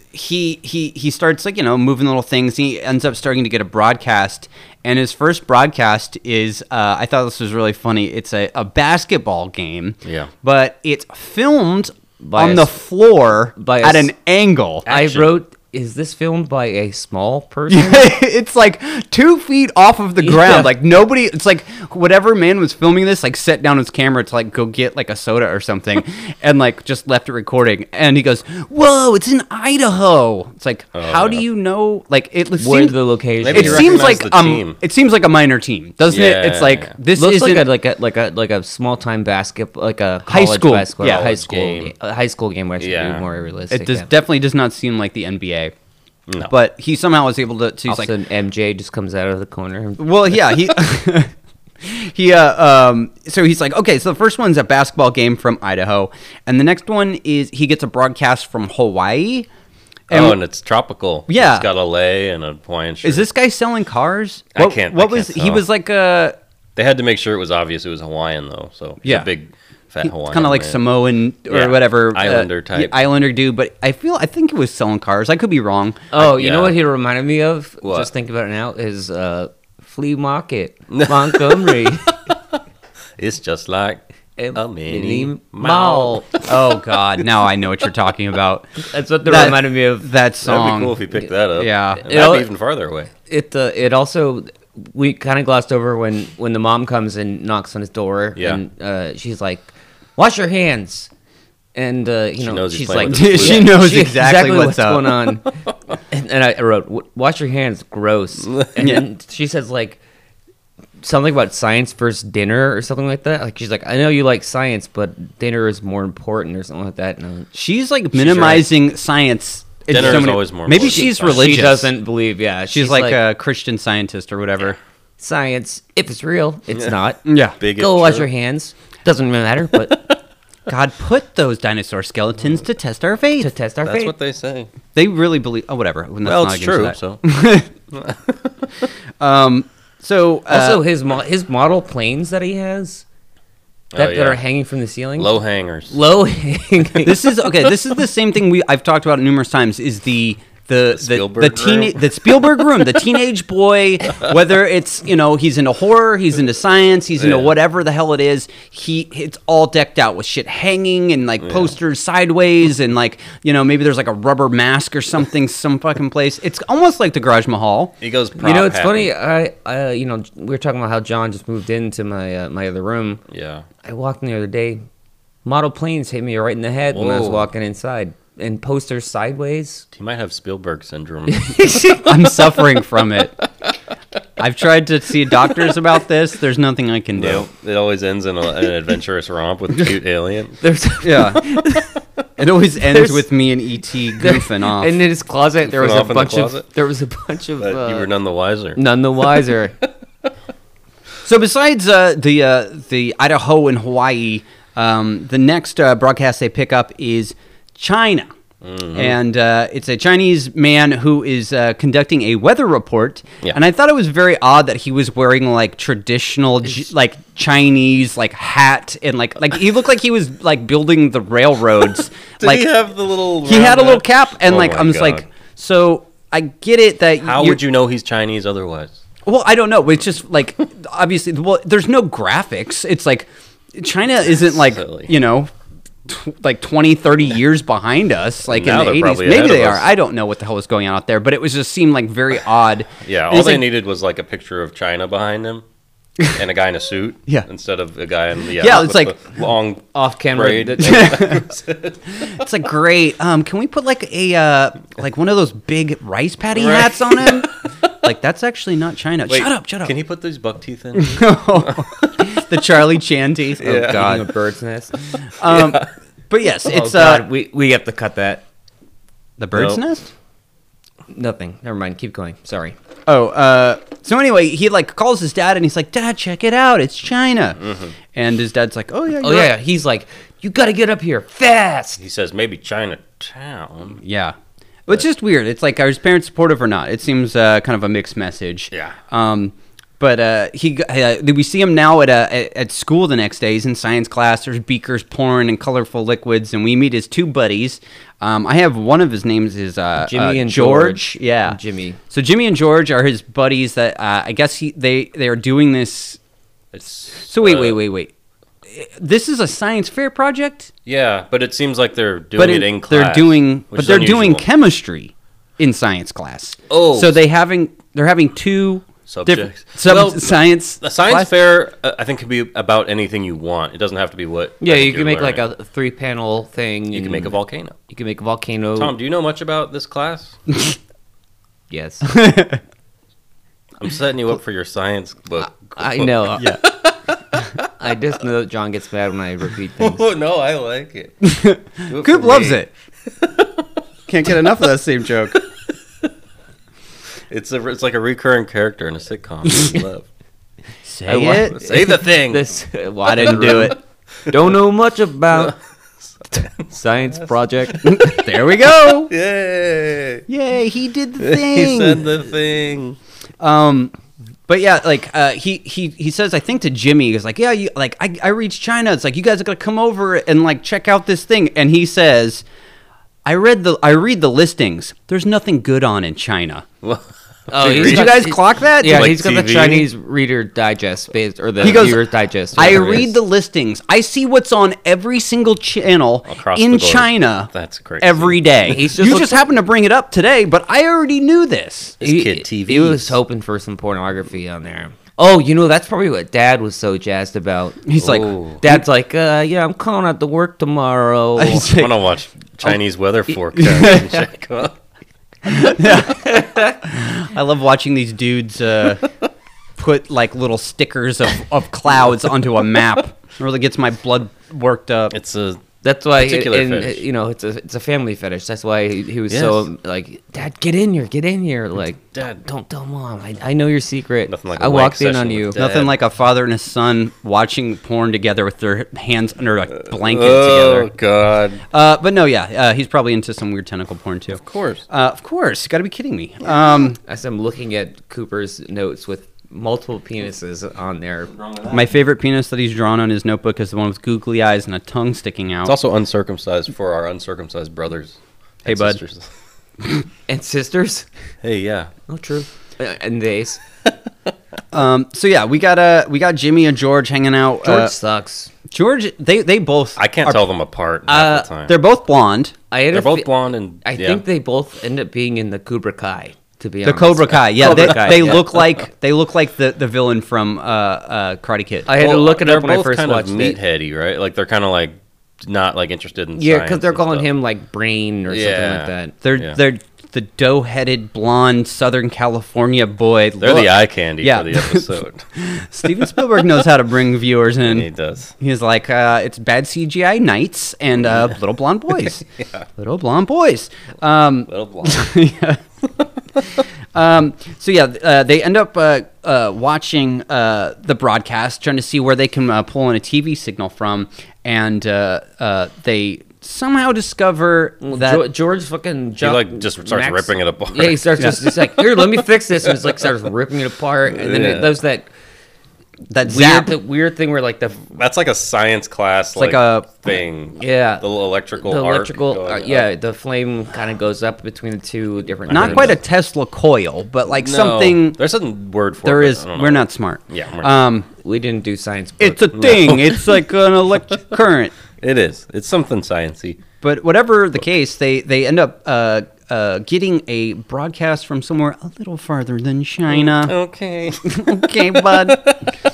he he he starts like you know moving little things. He ends up starting to get a broadcast, and his first broadcast is uh, I thought this was really funny. It's a, a basketball game.
Yeah.
but it's filmed
By
on
a
the
s-
floor
by a
at
s-
an angle.
I
Action.
wrote. Is this filmed by a small person?
it's like two feet off of the
Yeah.
ground. Like nobody. It's like whatever man was filming this, like set down his camera to like go get like a soda or something, and like just left it recording. And he goes, "Whoa, it's in Idaho." It's like, how do you know? Like it seems.
Where Oh, the location?
Maybe
it
you
is.
seems
recognize
like
the
um,
team.
it seems like a minor team, doesn't it? It's
Yeah.
like this
looks
isn't
like a like a like a like a small time basketball like a
High
college
school,
basketball,
yeah.
high
College
school
game.
a high school game where I should
Yeah.
be more realistic.
it does,
yeah.
definitely does not seem like the NBA.
No.
But he somehow was able to. So he's
Also,
like,
MJ just comes out of the corner.
Well, yeah, he he uh, um so he's like, okay, so the first one's a basketball game from Idaho, and the next one is he gets a broadcast from Hawaii. And
oh, and it's tropical.
Yeah.
It's got a lay and a Hawaiian shirt.
is this guy selling cars?
I
What,
can't- I
What
can't
was he
tell.
was like uh, a
They had to make sure it was obvious it was Hawaiian though. So it's a
Yeah.
big fat Hawaiian.
kind of like
man.
Samoan or
Yeah,
whatever uh,
Islander type.
Islander dude, but I feel I think he was selling cars. I could be wrong.
Oh, you
yeah.
know what he reminded me of?
What?
Just think about it now. Is uh, flea market Montgomery
It's just like
and
a mini
mini
mall.
mall.
oh God, now I know what you're talking about.
That's what they
That-
reminded me
That
of.
That'd
song.
be cool if you picked that up.
Yeah.
and
You know-
that'd be even farther away.
It uh, it also we kind of glossed over when when the mom comes and knocks on his door.
Yeah.
and uh, she's like, "Wash your hands." And uh, you know,
knows he's
she's
playing
like,
with the flu.
She knows exactly what's up.
going on. and, and I wrote, "W- "Wash your hands, gross." And then she says like something about science first dinner or something like that. Like she's like, "I know you like science, but dinner is more important" or something like that. And I'm-
She's like minimizing science. in
Dinner
so
is
many-
always more
Maybe
important than
she's
science.
religious.
She doesn't believe. Yeah,
She's, like, uh, a Christian scientist or whatever.
science. If it's real, it's not.
Yeah.
Big.
Go wash your hands. Doesn't really matter, but
God put those dinosaur skeletons to test our faith.
to test our
That's
fate.
what they say.
They really believe. Oh, whatever. That's
well,
not
it's
against
true.
that.
So
So uh,
also, his mo- his model planes that he has
Oh,
that,
yeah.
that are hanging from the ceiling,
low hangers.
low hanging.
this is okay. This is the same thing we I've talked about numerous times. Is the the the, the,
Spielberg
teena-
room?
the Spielberg room, the teenage boy, whether it's you know he's into horror, he's into science, he's into
Yeah.
whatever the hell it is, he it's all decked out with shit hanging and like posters sideways and like you know maybe there's like a rubber mask or something some fucking place. It's almost like the Garage Mahal.
He goes. Prop
you know, it's
happy.
funny. I, I, you know, we were talking about how John just moved into my uh, my other room.
Yeah.
I walked in the other day. Model planes hit me right in the head when I was
Whoa.
walking inside, and posters sideways.
He might have Spielberg syndrome.
I'm suffering from it. I've tried to see doctors about this. There's nothing I can do.
Nope. It always ends in a, an adventurous romp with a cute alien.
There's
Yeah. it always ends
There's-
with me and ET goofing off.
and in his closet there was
Goofing
a
off in the
bunch of
closet?
there was a bunch of
But
uh,
you were none the wiser.
none the wiser.
so besides uh, the uh, the Idaho and Hawaii, um, the next uh, broadcast they pick up is China.
Mm-hmm.
And uh, it's a Chinese man who is uh, conducting a weather report,
Yeah.
and I thought it was very odd that he was wearing like traditional, J- like Chinese, like hat and like like he looked like he was like building the railroads.
Did
like
he have the little?
he had
round
a little
hat?
cap and
Oh
like
my
i'm just like
God.
so i get it that
How
you're-
would you know he's Chinese otherwise?
well i don't know but it's just like obviously well there's no graphics it's like china isn't like
Silly.
you know tw- like 20 30 years behind us like
Now
in
they're
the 80s
probably
maybe
ahead of
they are
us.
i don't know what the hell was going on out there but it was just seemed like very odd
Yeah,
And
all
it's
they
like-
needed was like a picture of China behind him and a guy in a suit.
Yeah.
Instead of a guy in the
Yeah, it's
with
like-
the long
Off camera,
braid.
th-
it's like great um can we put like a uh like one of those big rice patty
Right.
hats on him like that's actually not china
Wait,
shut up shut up
Can he put these buck teeth in?
the charlie chan teeth oh
Yeah.
being a
god
bird's nest. It's
Oh,
um but yes it's uh
we we have to cut that.
The bird's
Nope.
nest?
Nothing. Never mind. Keep going. Sorry.
Oh, uh, so anyway, he like calls his dad and he's like, "Dad, check it out, it's China." And his dad's like, "Oh yeah,
Oh
you're
yeah,
right."
he's like, you got to get up here fast.
he says maybe Chinatown.
yeah." It's just weird. It's like are his parents supportive or not? It seems uh, kind of a mixed message.
Yeah.
Um, but uh, he g- uh, we see him now at, uh, at at school the next day. He's in science class. There's beakers pouring and colorful liquids, and we meet his two buddies. Um, I have one of his names is uh,
Jimmy
uh,
and
George.
George.
Yeah,
Jimmy.
So Jimmy and George are his buddies. That uh, I guess he they they are doing
Uh,
this
It's
So wait,
uh,
wait, wait, wait. This is a science fair project,
Yeah, but it seems like they're doing
but
it,
it-
in class.
they're doing
which
but
is
they're doing
unusual.
chemistry in science class.
Oh.
so they having they're having two
Subjects.
different sub-
Well,
science
The science
class-
fair, uh, I think, can be about anything you want. It doesn't have to be what. I
Yeah,
think
you can
you're
make like
learning.
a three panel thing.
You can make a volcano.
You can make a volcano.
Tom, do you know much about this class?
Yes,
I'm setting you up for your science book.
I know. Yeah. I just know that John gets mad when I repeat things.
Oh no, I like it.
Coop loves it. Can't get enough of that same joke.
It's a it's like a recurring character in a sitcom. I love.
Say
I wa-
it.
Say the thing.
This
I didn't do it.
Don't know much about science project.
There we go.
Yay!
Yay, he did the thing.
He said the thing.
Um, but yeah, like uh, he he he says, I think to Jimmy, he's like, yeah, you, like I I reached China. It's like you guys are gonna come over and like check out this thing. And he says, I read the I read the listings. There's nothing good on in China.
Well,
Oh, he's
Did you
got-
guys
he's-
clock that?
Yeah,
Like
he's got the
TV?
Chinese Reader Digest based or the
He goes,
Reader's Digest. or
I
whatever it
read
is.
the listings. I see what's on every single channel
Across
in
the globe.
China
That's crazy.
every day.
He's
you
just look-
just happened to bring it up today, but I already knew this.
This kid
He
TVs.
was hoping for some pornography on there. Oh, you know that's probably what Dad was so jazzed about.
He's like,
Ooh.
Dad's like, uh, yeah, I'm calling out to work tomorrow.
He's like-
I want to watch Chinese weather
Oh.
forecast. and check out.
I love watching these dudes uh, put like little stickers of, of clouds onto a map. It really gets my blood worked up.
It's a
That's why,
Particular
and,
fetish.
you know, it's a it's a family fetish. That's why he, he was so like, Dad, get in here, get in here. Like,
Dad.
Dad, don't tell mom. I, I know your secret.
Nothing like a
I
wank
walked in
session
on
with
you.
Dad.
Nothing like a father and a son watching porn together with their hands under a blanket
Oh
together.
God!
Uh, but no, yeah, uh, he's probably into some weird tentacle porn too. Of
course.
uh, of course. Got to be kidding me. Um,
As I'm looking at Cooper's notes with multiple penises on there.
my favorite penis that he's drawn on his notebook is the one with googly eyes and a tongue sticking out.
It's also uncircumcised for our uncircumcised brothers.
Hey,
and
bud.
sisters.
And sisters?
Hey, yeah.
Oh, true. Uh, And days.
um, so yeah, we got uh, we got Jimmy and George hanging out.
George
Uh,
sucks.
George, they they both
I can't
are- Uh,
tell them apart half the time.
They're both blonde.
I had
They're
a
both
fe-
blonde and
I
yeah.
think they both end up being in the Cobra Kai. To be
The
honest,
Cobra Kai, yeah,
Cobra
they,
Kai,
they
yeah.
look like they look like the, the villain from uh, uh, Karate Kid.
I had
Well,
to look it
they're
up when I
both
first
kind
watched
of
it.
meatheady, right? Like they're kind of like not like interested in
Yeah, because
because
they're calling him like brain or
Yeah.
something like that.
they're
yeah.
they're the dough headed blonde Southern California boy.
They're
Look,
the eye candy
Yeah.
for the episode.
Steven Spielberg knows how to bring viewers
and he
in.
does.
He's like, uh, it's bad CGI nights and uh, little blonde boys, little blonde boys. Um,
Little blonde.
Um, so yeah, uh, they end up uh, uh, watching uh, the broadcast, trying to see where they can uh, pull in a TV signal from, and uh, uh, they somehow discover that
Jo- George fucking
he
jump,
like just starts
Max-
ripping it apart.
Yeah, he starts just, just like here, let me fix this, and it's like starts ripping it apart, and then
Yeah.
it does that
that
weird,
zap.
the weird thing where like the
That's like a science class
like
like,
a-
thing.
yeah,
The little electrical
the
arc
electrical
going
uh,
up.
yeah, the flame kind of goes up between the two different.
Not
things.
quite a Tesla coil, but like
No,
something.
There's a word for
There
it. but
is.
I don't know.
We're not smart.
Yeah, we're not.
Um,
We didn't do science.
it's a
book.
thing. It's like an electric current.
It is. It's something sciency.
But whatever the case, they they end up uh, uh, getting a broadcast from somewhere a little farther than China.
Okay.
okay, bud.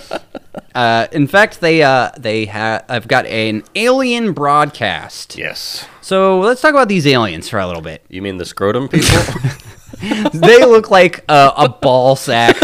Uh, in fact, they uh, they have I've got an alien broadcast.
yes.
So let's talk about these aliens for a little bit.
You mean the scrotum people?
They look like uh, a ball sack.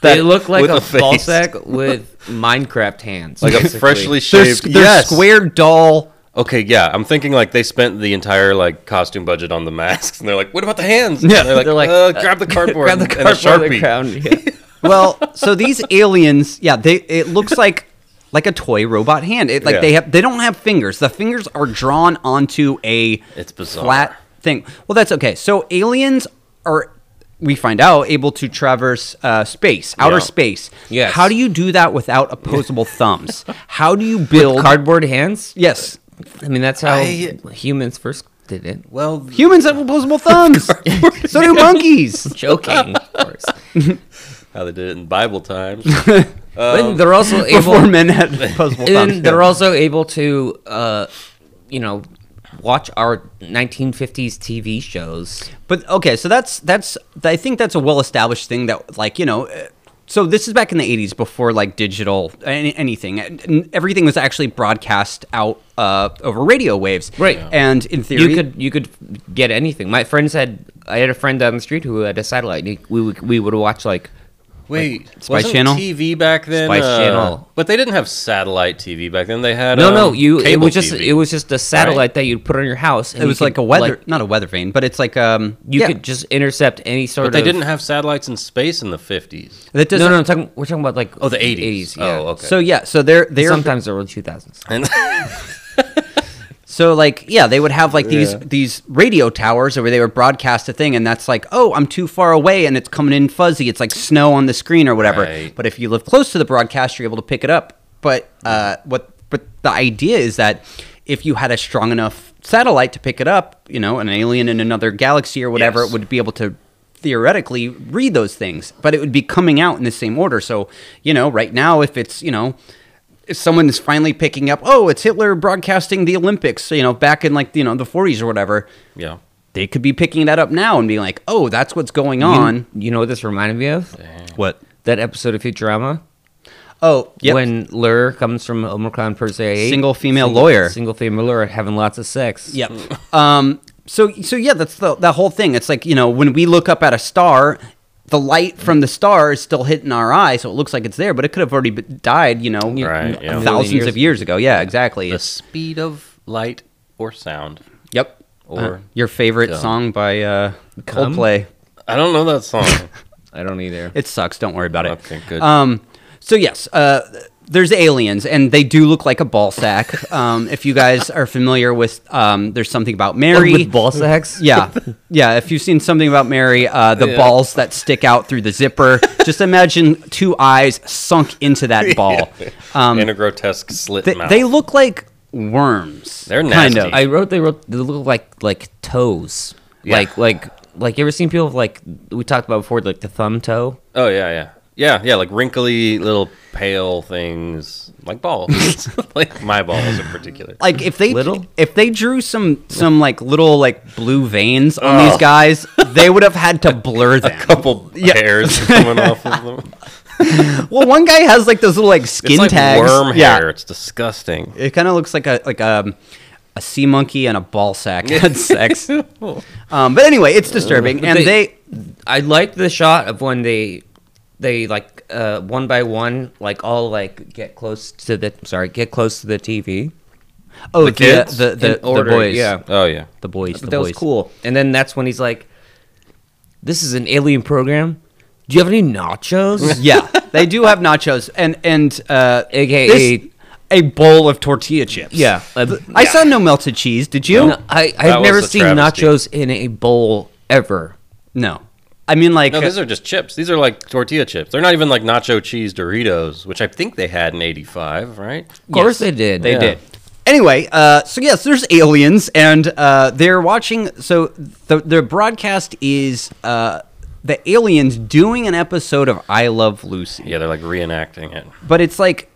They look like
with
a,
a face.
ball sack with Minecraft hands,
like a
basically.
freshly
They're, s-
shaved.
they're square doll.
Okay, yeah. I'm thinking like they spent the entire like costume budget on the masks, and they're like, "What about the hands?" Yeah. they're like, uh, "Grab the cardboard,
grab the
and a
cardboard and a
sharpie."
crown, yeah.
Well, so these aliens, yeah, they it looks like like a toy robot hand. It like
Yeah.
they have they don't have fingers. The fingers are drawn onto a
It's bizarre.
flat thing. Well, that's okay. So aliens are we find out able to traverse uh, space, outer
Yeah.
space.
Yes.
How do you do that without opposable thumbs? How do you build?
cardboard hands.
yes.
I mean, that's how
I-
humans first did it.
Well,
Humans have opposable thumbs. so do monkeys.
Joking, of course.
how they did it in Bible times. um,
and they're also
Before
able.
men had opposable
and
thumbs.
they're also able to, uh, you know, watch our 1950s TV shows.
But okay, so that's that's I think that's a well established thing that like you know. uh, So this is back in the '80s, before like digital any, anything. And Everything was actually broadcast out uh, over radio waves,
Right.
And in theory,
You could you could get anything. My friends had. I had a friend down the street who had a satellite. and he- We would, we would watch like
Wait, Spice
Channel?
TV back then.
Spice
uh,
Channel.
But they didn't have satellite TV back then. They had
no
um,
no you it
cable
was just
TV.
it was just a satellite that you'd put on your house. And
it
you
was
could,
like a weather, not a weather vane, but it's like um,
you
yeah.
could just intercept any sort
But they
of.
didn't have satellites in space in the 50s.
that
No,
doesn't.
no, I'm talking, we're talking about like
Oh, the 80s.
yeah.
Oh, okay.
So yeah, so they're they're
Sometimes early 2000s.
And
So like yeah, they would have like these
Yeah.
these radio towers where they would broadcast a thing, and that's like oh I'm too far away, and it's coming in fuzzy. It's like snow on the screen or whatever.
Right.
But if you live close to the broadcast, you're able to pick it up. But uh, what but the idea is that if you had a strong enough satellite to pick it up, you know, an alien in another galaxy or whatever,
Yes.
it would be able to theoretically read those things, but it would be coming out in the same order. So, you know, right now, if it's, you know, if someone is finally picking up, oh, it's Hitler broadcasting the Olympics, you know, back in like, you know, the 40s or whatever,
yeah,
they could be picking that up now and being like, oh, that's what's going on.
You know what this reminded me of?
What?
That episode of Futurama
Oh, yep.
when Lur comes from Omicron Per Se,
Single female lawyer.
single female lawyer having lots of sex.
Yep. um, so so yeah, that's the that whole thing. It's like you know when we look up at a star, the light from the star is still hitting our eye, so it looks like it's there, but it could have already be- died. You know,
Right, yeah.
thousands of years ago. Yeah, exactly.
the speed of light, or sound.
Yep. Uh,
Or
your favorite
Dumb.
song by uh,
Come?
Coldplay.
I don't know that song.
I don't either.
It sucks. Don't worry about it.
okay, good.
Um, so yes, uh, there's aliens, and they do look like a ball sack. Um, if you guys are familiar with, um, there's something about Mary.
Oh,
With ball sacks?
yeah, yeah. If you've seen something about Mary, uh, the
Yeah.
balls that stick out through the zipper. just imagine two eyes sunk into that ball. Um,
In a grotesque slit
they,
mouth.
they look like worms.
They're nasty.
Kind of.
I wrote they wrote they look like like toes.
Yeah.
Like like like you ever seen people with, like we talked about before like the thumb toe?
oh yeah, yeah, yeah, yeah. Like wrinkly little pale things, like balls, like my balls in particular.
like if they
Little?
if they drew some some like little like blue veins on
Ugh.
these guys, they would have had to blur them.
Oh. couple hairs coming off of them.
Well, one guy has like those little like skin
It's like
tags.
worm
yeah,
hair. It's disgusting.
it kind of looks like a like a a sea monkey and a ball sack had sex. Um, but anyway, it's disturbing, and
they-
they
I liked the shot of when they they like uh one by one like all like get close to the sorry, get close to the TV.
oh the
kids?
the the, the,
In order,
boys
yeah.
Oh yeah.
the boys the
But that
boys
was cool. And then that's when he's like this is an alien program. Do you have any nachos?
yeah they do have nachos and and uh,
AKA
this- a bowl of tortilla chips
Yeah. Uh,
I saw no melted cheese did you
No, I,
That
I've
was
never
a
seen
travesty.
nachos in a bowl ever.
No. I mean like
No, these are just chips. These are like tortilla chips. They're not even like nacho cheese Doritos, which I think they had in '85, right?
Of course they did.
They
Yeah.
did. Anyway, uh, so yes, there's aliens, and uh, they're watching. So the the broadcast is uh, the aliens doing an episode of I Love Lucy,
Yeah, they're like reenacting it.
but it's like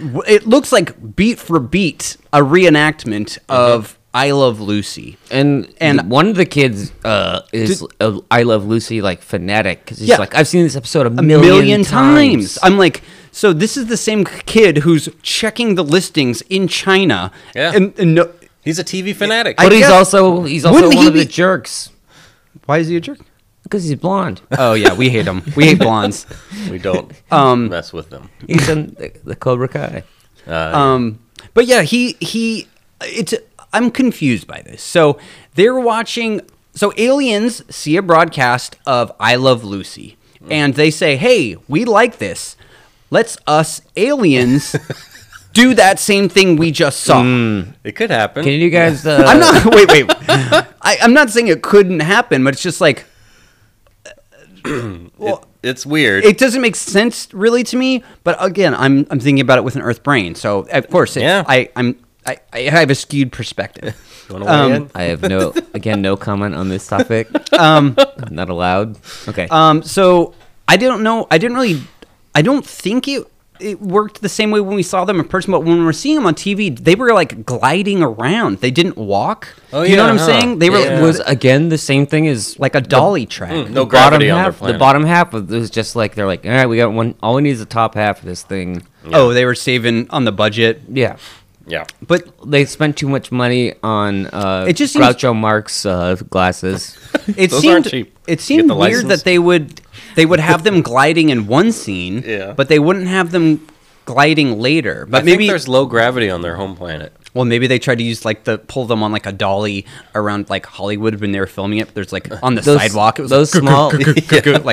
w- it looks like beat for beat a reenactment of I Love Lucy.
And
And-
and one of the kids uh, is a I Love Lucy like fanatic because he's
Yeah.
like I've seen this episode a,
a
million,
million,
times.
times. I'm like, so this is the same kid who's checking the listings in China,
Yeah.
and, and no,
He's a TV fanatic.
but
I
he's
guess-
also he's also
wouldn't
one
he
of the
be-
jerks
why is he a jerk?
because he's blonde.
Oh yeah, we hate him. We hate blondes.
we don't
Um,
mess with them.
he's in the, the Cobra Kai.
Uh,
Um, but yeah, he he. It's I'm confused by this. So they're watching. So aliens see a broadcast of I Love Lucy, and they say, "Hey, we like this. Let's us aliens." Do that same thing we just saw.
it could happen.
Can you guys? Uh,
I'm not. Wait, wait. I, I'm not saying it couldn't happen, but it's just like
it's weird.
it doesn't make sense really to me. But again, I'm I'm thinking about it with an Earth brain, so of course, it's,
Yeah.
I I'm I, I have a skewed perspective.
You wanna weigh in?
Um, I have no again no comment on this topic.
Um,
I'm not allowed. Okay.
Um, so I don't know. I didn't really. I don't think it it worked the same way when we saw them in person, but when we were seeing them on TV, they were like gliding around. They didn't walk.
Oh,
you know what
yeah,
I'm
huh.
saying? They were
it was again the same thing as
like a dolly track.
no
the bottom
gravity on their
half. The
planet.
bottom half was it was just like they're like, all right, we got one. All we need is the top half of this thing.
Oh, they were saving on the budget,
Yeah,
Yeah.
but
they spent too much money on uh,
It just seems-
Groucho Marx uh, glasses.
it
Those
seemed
aren't cheap.
it
Get
seemed
the
weird
license.
that they would they would have them gliding in one scene,
Yeah.
but they wouldn't have them gliding later. But
I
maybe
think there's low gravity on their home planet.
Well, maybe they tried to use like the pull them on like a dolly around like Hollywood when they were filming it. There's like on the
Those-
sidewalk. It was
those
like,
small-
like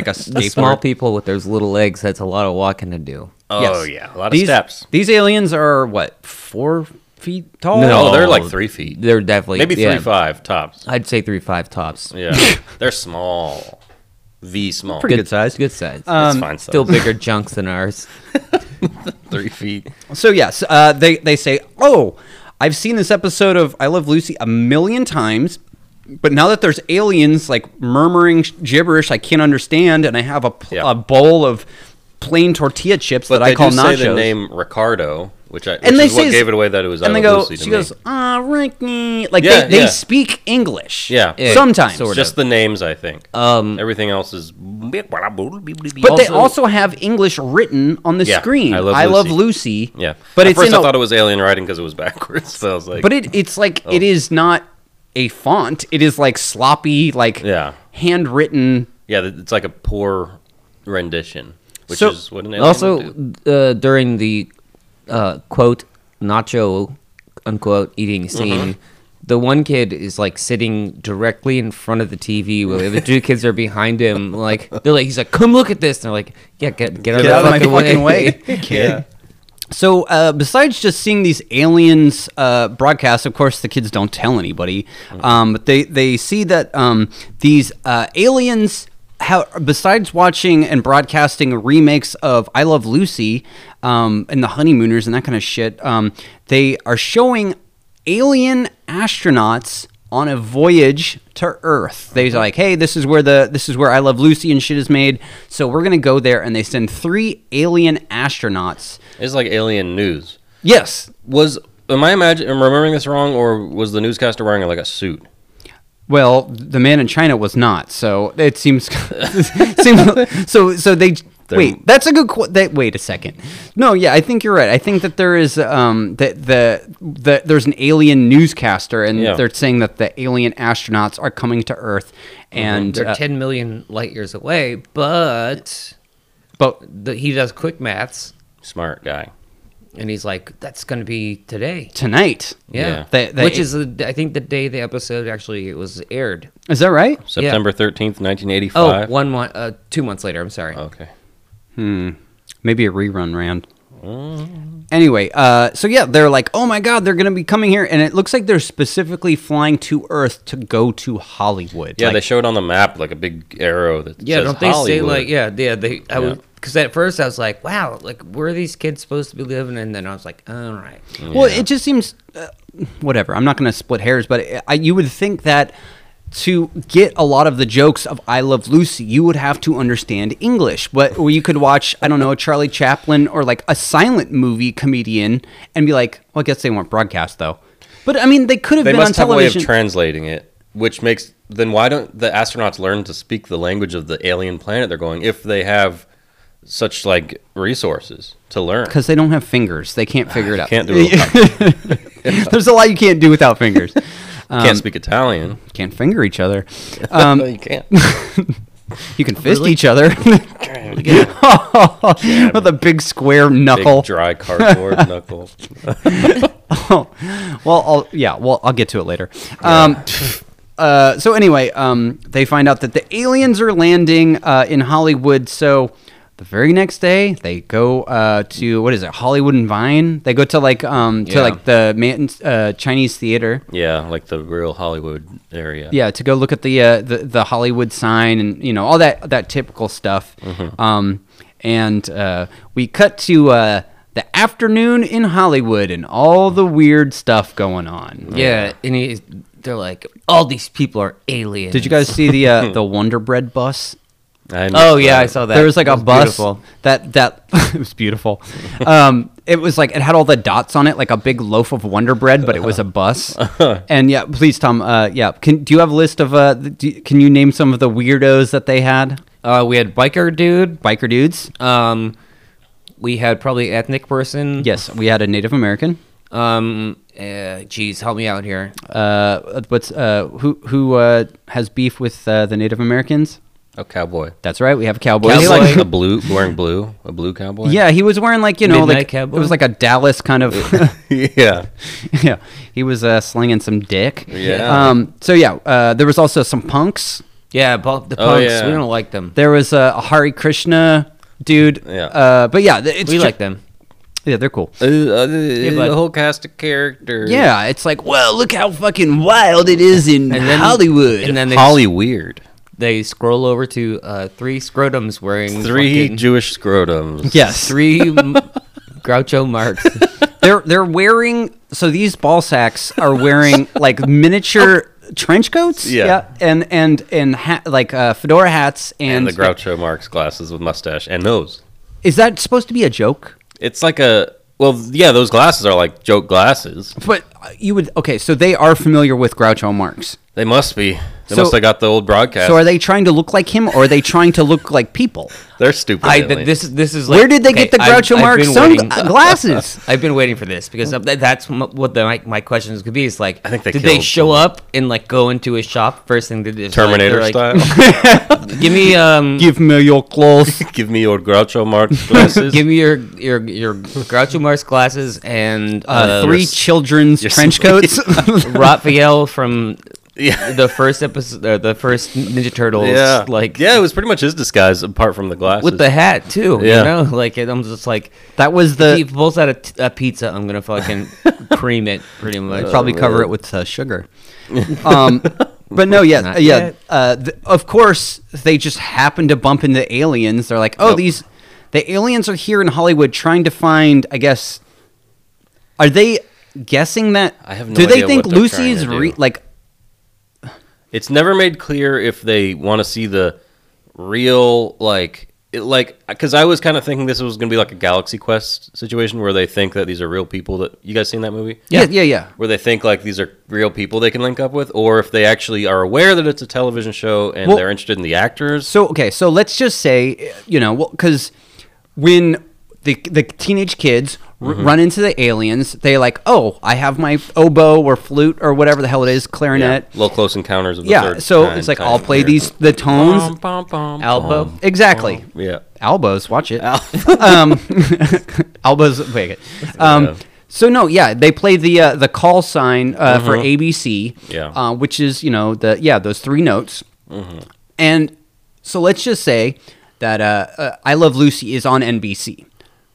a
the
skateboard.
small people with those little legs. That's a lot of walking to do.
Oh yeah, a lot of
these,
steps.
These aliens are what four feet tall?
No, Oh,
No.
they're like three feet,
They're definitely
maybe
yeah,
three five tops.
I'd say three five tops.
Yeah, they're small, v small.
pretty good, size.
Good size.
It's
um,
fine. size.
Still bigger junks than ours.
three feet.
So yes, uh, they they say, "Oh, I've seen this episode of I Love Lucy a million times, but now that there's aliens like murmuring sh- gibberish I can't understand, and I have a, pl-
Yeah.
a bowl of plain tortilla chips
But
that
they
I call
do
nachos."
say the name Ricardo, which I which
and they
is
say
what gave it away that it was.
and
I
they
Love
go
Lucy to
she
me.
goes ah Ricky like
Yeah,
they, they
yeah.
speak english
Yeah. Yeah,
sometimes
sort
just the names. I think
Um,
everything else is.
but
But
they also have english written on the
Yeah,
screen
I Love
lucy
yeah.
but
At
it's
first
in
I
a-
thought it was alien writing because it was backwards. So I was like,
but it, it's like it
Oh.
is not a font it is like sloppy like
Yeah.
handwritten
yeah, th- it's like a poor rendition, which
So-
uh,
is what an alien would
also
do.
uh, during the uh, quote nacho unquote eating scene. The one kid is like sitting directly in front of the TV, while the other two kids are behind him. Like they're like, he's like, "Come look at this!" And they're like, "Yeah, get get,
Get out of my fucking way, kid.
Yeah.
So, uh, besides just seeing these aliens uh, broadcast, of course, the kids don't tell anybody, um, but they, they see that um, these uh, aliens, how, besides watching and broadcasting remakes of I Love Lucy um, and the Honeymooners and that kind of shit, um, they are showing alien astronauts on a voyage to Earth. They're like, "Hey, this is where the this is where I Love Lucy and shit is made, so we're gonna go there." And they send three alien astronauts.
It's like alien news.
Yes.
Was am I imagine am I remembering this wrong, or was the newscaster wearing like a suit?
Well, the man in China was not, so it seems. seems so so they. Wait, that's a good. Qu- that, wait a second. No, yeah, I think you're right. I think that there is um that the the there's an alien newscaster, and
Yeah.
they're saying that the alien astronauts are coming to Earth,
Mm-hmm.
and
Mm-hmm. They're
uh,
ten million light years away, but
but
the, he does quick maths,
Smart guy.
and he's like, "That's going to be today."
tonight,
Yeah,
Yeah.
They- they-
which is the- I think the day the episode actually it was aired.
is that right?
September thirteenth, nineteen eighty
Oh,
five. Oh.
one month, uh, two months later. I'm sorry.
Okay.
Maybe a rerun round.
Mm-hmm.
Anyway, uh, so yeah, they're like, oh my god, they're gonna be coming here, and it looks like they're specifically flying to Earth to go to Hollywood.
Yeah,
Like,
they showed on the map like a big arrow that
Yeah,
says
don't they say
Hollywood.
like yeah, yeah? They I
Yeah.
was because at first I was like, wow, like where are these kids supposed to be living? And then I was like, all right,
Mm-hmm.
Well, it just seems, uh, whatever. I'm not going to split hairs, but I, I, you would think that to get a lot of the jokes of I Love Lucy, you would have to understand English. But or you could watch, I don't know, Charlie Chaplin or like a silent movie comedian and be like, well, I guess they weren't broadcast though. But I mean, they could have
they
been on
must have a way of
television.
translating it, which makes then why don't the astronauts learn to speak the language of the alien planet they're going if they have such like resources to learn?
because they don't have fingers, they can't figure it out.
Can't do it. without-
There's a lot you can't do without fingers.
um,
can't speak Italian.
can't finger each other.
no, you can't.
You can fist each other with a big square
Big
knuckle.
dry cardboard knuckle.
well, I'll, yeah, well, I'll get to it later. Um, uh, so anyway, um, they find out that the aliens are landing uh, in Hollywood. So the very next day, they go uh, to what is it, Hollywood and Vine? They go to like um, to
Yeah.
like the man- uh, Chinese theater.
Yeah, like the real Hollywood area.
Yeah, to go look at the uh, the, the Hollywood sign and you know all that that typical stuff. Um, and uh, we cut to uh, the afternoon in Hollywood and all the weird stuff going on.
yeah. And he, they're like, all these people are aliens.
Did you guys see the uh, the Wonder Bread bus?
I missed
Oh yeah,
that.
I saw that.
there was like
It
a bus
beautiful.
that that it was beautiful. Um, it was like it had all the dots on it, like a big loaf of Wonder Bread, but it was a bus. and yeah, please, Tom. Uh, yeah, can do you have a list of? Uh, the, do, can you name some of the weirdos that they had?
Uh, we had biker dude.
Biker dudes.
Um, we had probably ethnic person.
Yes, we had a Native American.
Um, uh, geez, help me out here.
Uh, what's uh, who who uh, has beef with uh, the Native Americans?
a cowboy.
That's right. We have a cowboy.
He's
Cowboy.
like a blue, wearing blue, a blue cowboy.
Yeah, he was wearing like you know
Midnight
like
cowboy?
it was like a Dallas kind of
yeah.
yeah, he was uh, slinging some dick.
Yeah.
Um. So yeah, uh, there was also some punks.
Yeah, bu- the punks.
Oh, yeah.
We don't like them.
There was uh, a Hari Krishna dude.
Yeah.
Uh. But yeah, th- it's
We
ju-
like them.
Yeah, they're cool.
Uh, uh,
but-
the whole cast of characters.
Yeah, it's like, well, look how fucking wild it is in
And then-
Hollywood.
and then they-
Holly weird.
They scroll over to uh, three scrotums wearing
Three
fucking-
Jewish scrotums.
yes,
three m- Groucho Marx.
they're they're wearing so these ball sacks are wearing like miniature trench coats
Yeah.
and and and ha- like uh, fedora hats and,
And the Groucho Marx glasses with mustache and nose.
is that supposed to be a joke
It's like a well, yeah. Those glasses are like joke glasses.
but uh, you would okay so they are familiar with groucho marx
They must be. They
So-
must have got the old broadcast.
so are they trying to look like him or are they trying to look like people
they, are stupid.
I
aliens.
th- this is this is like,
where did they
okay,
get the
I've-
groucho
I've
marx
been
sungla-
waiting-
glasses
I've been waiting for this because th- that's m- what the, my, my questions could be. Is like,
I think they
did they
killed
show up and like go into a shop first thing they did? is, like,
Terminator
they're like,
style.
Give me um, give,
give me your clothes
Give me your Groucho Marx glasses.
me your your your Groucho Marx glasses and
uh,
uh,
three children's
your
trench coats.
Raphael from
Yeah.
the first episode, uh, the first Ninja Turtles,
Yeah.
like
yeah, it was pretty much his disguise apart from the glasses.
with the hat too.
Yeah.
You know, like it, I'm just like
that was
if he
the
pulls out a, t- a pizza, I'm gonna fucking cream it pretty much.
probably cover it with uh, sugar. Um, but no, yeah,
Not
yeah.
yet.
Uh, th- of course, they just happen to bump into aliens. They're like, oh,
Yep.
these the aliens are here in Hollywood trying to find. I guess are they guessing that?
I have no
do they
idea
think
what they're
Lucy
trying
is
to do.
re- like?
It's never made clear if they want to see the real like it, like because I was kind of thinking this was going to be like a Galaxy Quest situation where they think that these are real people that you guys seen that movie
Yeah, yeah, yeah.
where they think like these are real people they can link up with or if they actually are aware that it's a television show and
Well-
they're interested in the actors.
So okay, so let's just say you know because when the the teenage kids r-
Mm-hmm.
run into the aliens, they like, oh, I have my oboe or flute or whatever the hell it is, clarinet.
Little close encounters of the
Yeah,
third
so
kind
it's like
type
I'll play
here.
these the tones.
Bum, bum, bum,
Albo?
bum.
exactly.
Yeah.
Albos, watch it. um, Albos, wait. Um,
Yeah.
So no, yeah, they play the uh, the call sign uh, for ABC,
Mm-hmm. Yeah. Mm-hmm.
uh, which is you know the yeah those three notes, and so let's just say that uh, uh, I Love Lucy is on NBC.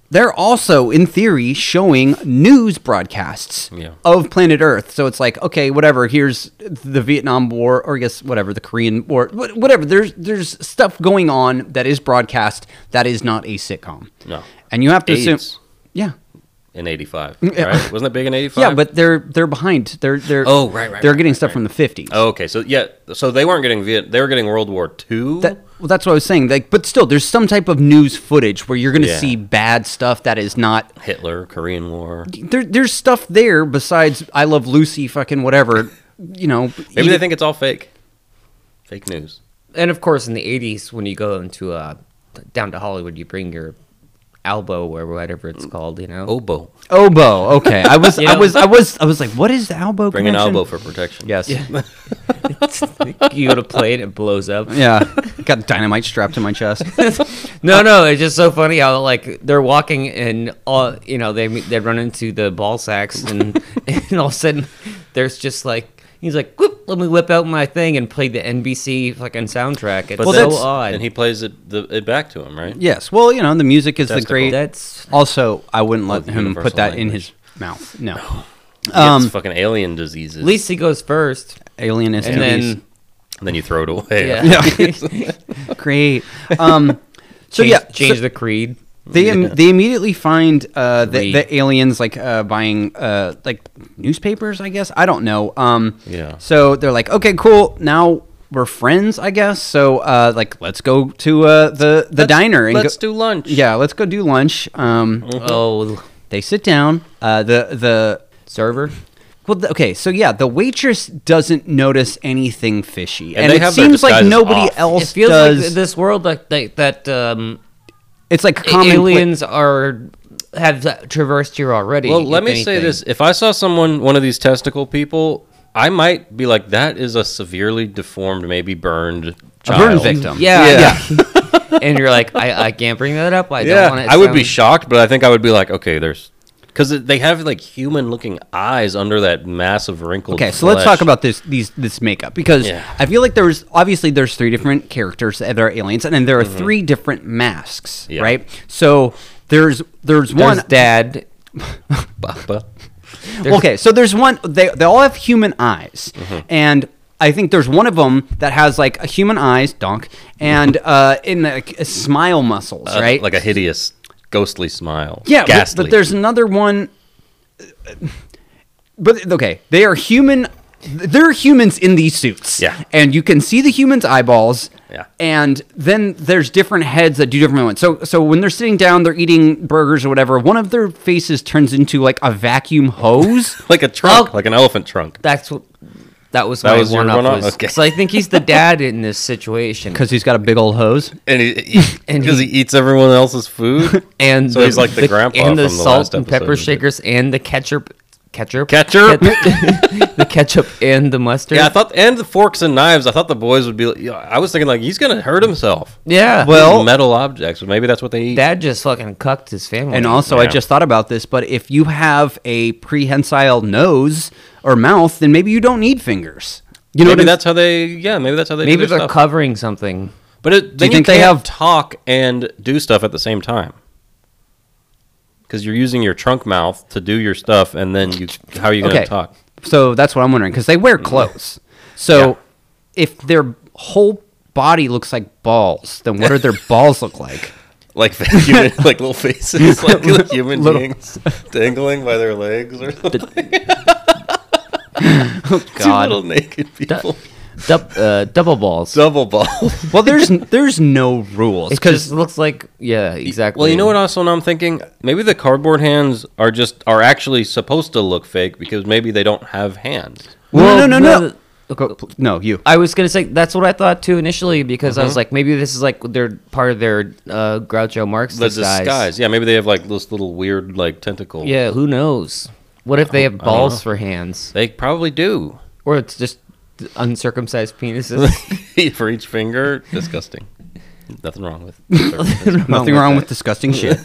They're also in theory showing news broadcasts
Yeah.
of planet Earth, so it's like okay, whatever. Here's the Vietnam War, or I guess whatever the Korean War, wh- whatever. There's there's stuff going on that is broadcast that is not a sitcom.
No.
and you have to
AIDS
assume, yeah,
in 85, right? Wasn't that big in 85?
yeah, but they're they're behind. They're they're
Oh, right, right,
They're
right,
getting
right,
stuff
right.
from the fifties.
Oh, okay. So yeah, so they weren't getting Viet. They were getting World War Two.
That, well, that's what I was saying. Like, but still, there's some type of news footage where you're going to
Yeah.
see bad stuff that is not.
Hitler, Korean War.
There, there's stuff there besides "I Love Lucy," fucking whatever. You know,
Maybe
you-
they think it's all fake. Fake news.
and of course in the 80s when you go into uh down to hollywood you bring your elbow or whatever it's called you know
Oboe.
oboe. Okay, I was,
Yeah.
I was, I was, I was like, what is the elbow?
Bring an
connection?
elbow for protection.
Yes. Yeah.
you go to play it it blows up
Got dynamite strapped to my chest.
no no it's just so funny how like they're walking and all you know they they run into the ball sacks and and all of a sudden there's just like he's like Whoop, let me whip out my thing and play the nbc fucking soundtrack it's
But
Well,
so
that's
that's-
odd
And he plays it the, it back to him, right?
Yes. Well, you know, the music is the
Testicle.
great.
that's
also, I wouldn't let
the
him put
universal
that in his
language.
mouth. No,
He gets
Um,
fucking alien diseases.
at least he goes first
alien is
and then
and then you throw it away.
yeah,
Great. Um, so
change,
yeah,
change
so
the creed
they im- they immediately find uh, the,
Read.
the aliens like uh, buying uh, like newspapers. I guess I don't know. Um,
Yeah.
So they're like, okay, cool. Now we're friends, I guess. So uh, like, let's go to uh, the the diner and
Let's
go-
do lunch.
yeah, let's go do lunch. Um,
oh
They sit down. Uh, the the
server
well, th- okay, so yeah, the waitress doesn't notice anything fishy, and,
And they
it
have their
seems like
disguises
nobody
off.
else
it feels
does.
like th- this world like that, that um
it's like
a-
common
aliens are have traversed here already
Well, let
if
me say
anything.
this: if I saw someone, one of these testicle people, I might be like, "That is a severely deformed, maybe burned child."
burn victim.
yeah, yeah. and you're like I, I can't bring that up i
Yeah,
don't want to
I would be shocked, but I think I would be like, okay, there's because they have like human-looking eyes under that massive wrinkled.
Okay, so let's
flesh.
talk about this these this makeup because
Yeah.
I feel like there's obviously there's three different characters that are aliens, and then there are three different masks,
Mm-hmm. Yeah.
right? So there's there's,
there's
one.
dad
Papa.
okay, so there's one. They they all have human eyes,
Mm-hmm.
and I think there's one of them that has like a human eyes, donk, and uh, in like, smile muscles,
Uh,
right?
like a hideous, ghostly smile.
Yeah, but,
Ghastly.
but there's another one. uh, But okay, they are human. They're humans in these suits.
Yeah.
and you can see the humans' eyeballs.
Yeah.
and then there's different heads that do different ones. So so when they're sitting down, they're eating burgers or whatever. One of their faces turns into like a vacuum hose.
like a trunk,
Oh.
like an elephant trunk.
that's what that was
That
my
was your
one up
one-up?
was
Okay.
so i think he's the dad in this situation
Because he's got a big old hose.
And he,
And
because he, eats everyone else's food.
and
So he's like the grandpa
and the
from the
salt
last
and pepper
episode.
shakers and the ketchup ketchup,
Ketchup.
the ketchup and the mustard.
Yeah, I thought and the forks and knives. I thought the boys would be. Like, yeah, I was thinking like he's gonna hurt himself.
Yeah.
Well-
metal objects, but maybe that's what they eat.
Dad just fucking cucked his family.
And also, I
Yeah.
just thought about this, but if you have a prehensile nose or mouth, then maybe you don't need fingers. You know what
maybe
I'm-
that's how they. Yeah, maybe that's how they.
maybe
do
they're
their stuff.
covering something.
But it,
Do you
then
think they
can't
have-
talk and do stuff at the same time? Because you're using your trunk mouth to do your stuff, and then you how are you going to
Okay.
talk?
So that's what I'm wondering because they wear clothes. So
Yeah.
if their whole body looks like balls, then what do their balls look like?
Like human, like little faces, like little human beings dangling by their legs, or something.
God.
little naked people,
Dub, uh, double balls.
double ball.
Well, there's there's no rules
it
because
just looks like yeah, exactly.
Well, you know what? Also, now I'm thinking maybe the cardboard hands are just are actually supposed to look fake because maybe they don't have hands.
no, no, no, no. oh,
Okay.
no you.
I was gonna say that's what I thought too initially because
Mm-hmm.
I was like maybe this is like their part of their uh, Groucho Marx
The
disguise.
disguise. yeah. Maybe they have like this little weird like tentacle.
Yeah, who knows? What if they have balls for hands,
they probably do.
or it's just uncircumcised penises?
for each finger. Disgusting. Nothing wrong with. It.
Nothing wrong with disgusting shit.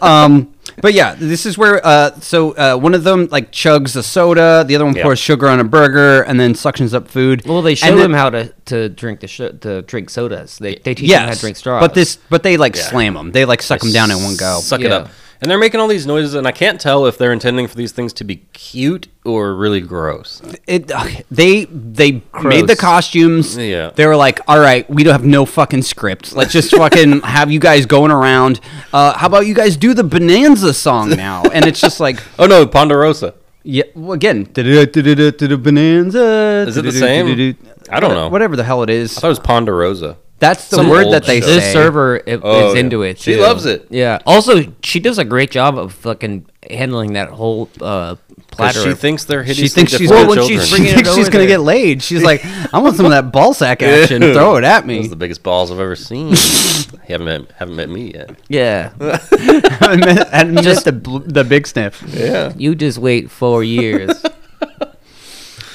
um, but yeah, this is where uh, so uh, one of them like chugs a soda, the other one
Yeah.
pours sugar on a burger, and then suctions up food.
well, they
And
show
then-
them how to, to drink the sh- to drink sodas. They they teach them how to drink straws.
But this, but they like
Yeah.
slam them. They like suck them down in one go.
Suck it
Yeah.
up. And they're making all these noises, and I can't tell if they're intending for these things to be cute or really gross.
It, ugh, they they made the
Gross.
costumes.
Yeah.
They were like, all right, we don't have no fucking script. Let's just fucking have you guys going around. Uh, how about you guys do the Bonanza song now? And it's just like,
Oh no, Ponderosa.
yeah, well, again, da-da-da-da-da-da Bonanza.
Is it the
da-da-da-da-da-da.
same? I don't know.
Whatever the hell it is.
I thought it was Ponderosa.
That's the
some
word
old
that they
show.
this
say.
server i-
Oh,
is
yeah.
into it.
She
too.
loves it.
Yeah. Also, she does a great job of fucking handling that whole uh,
'Cause
platter.
She
of-
thinks they're hideous.
She thinks she's
Well,
well,
when
children.
she's
She
bringing-
thinks
it
she's
over
gonna
there.
get laid. She's like, I want some of that ball sack action. Throw it at
Those
me.
are the biggest balls I've ever seen. you haven't met, haven't met me yet.
yeah.
and then- and just the bl- the big sniff.
Yeah.
You just wait four years.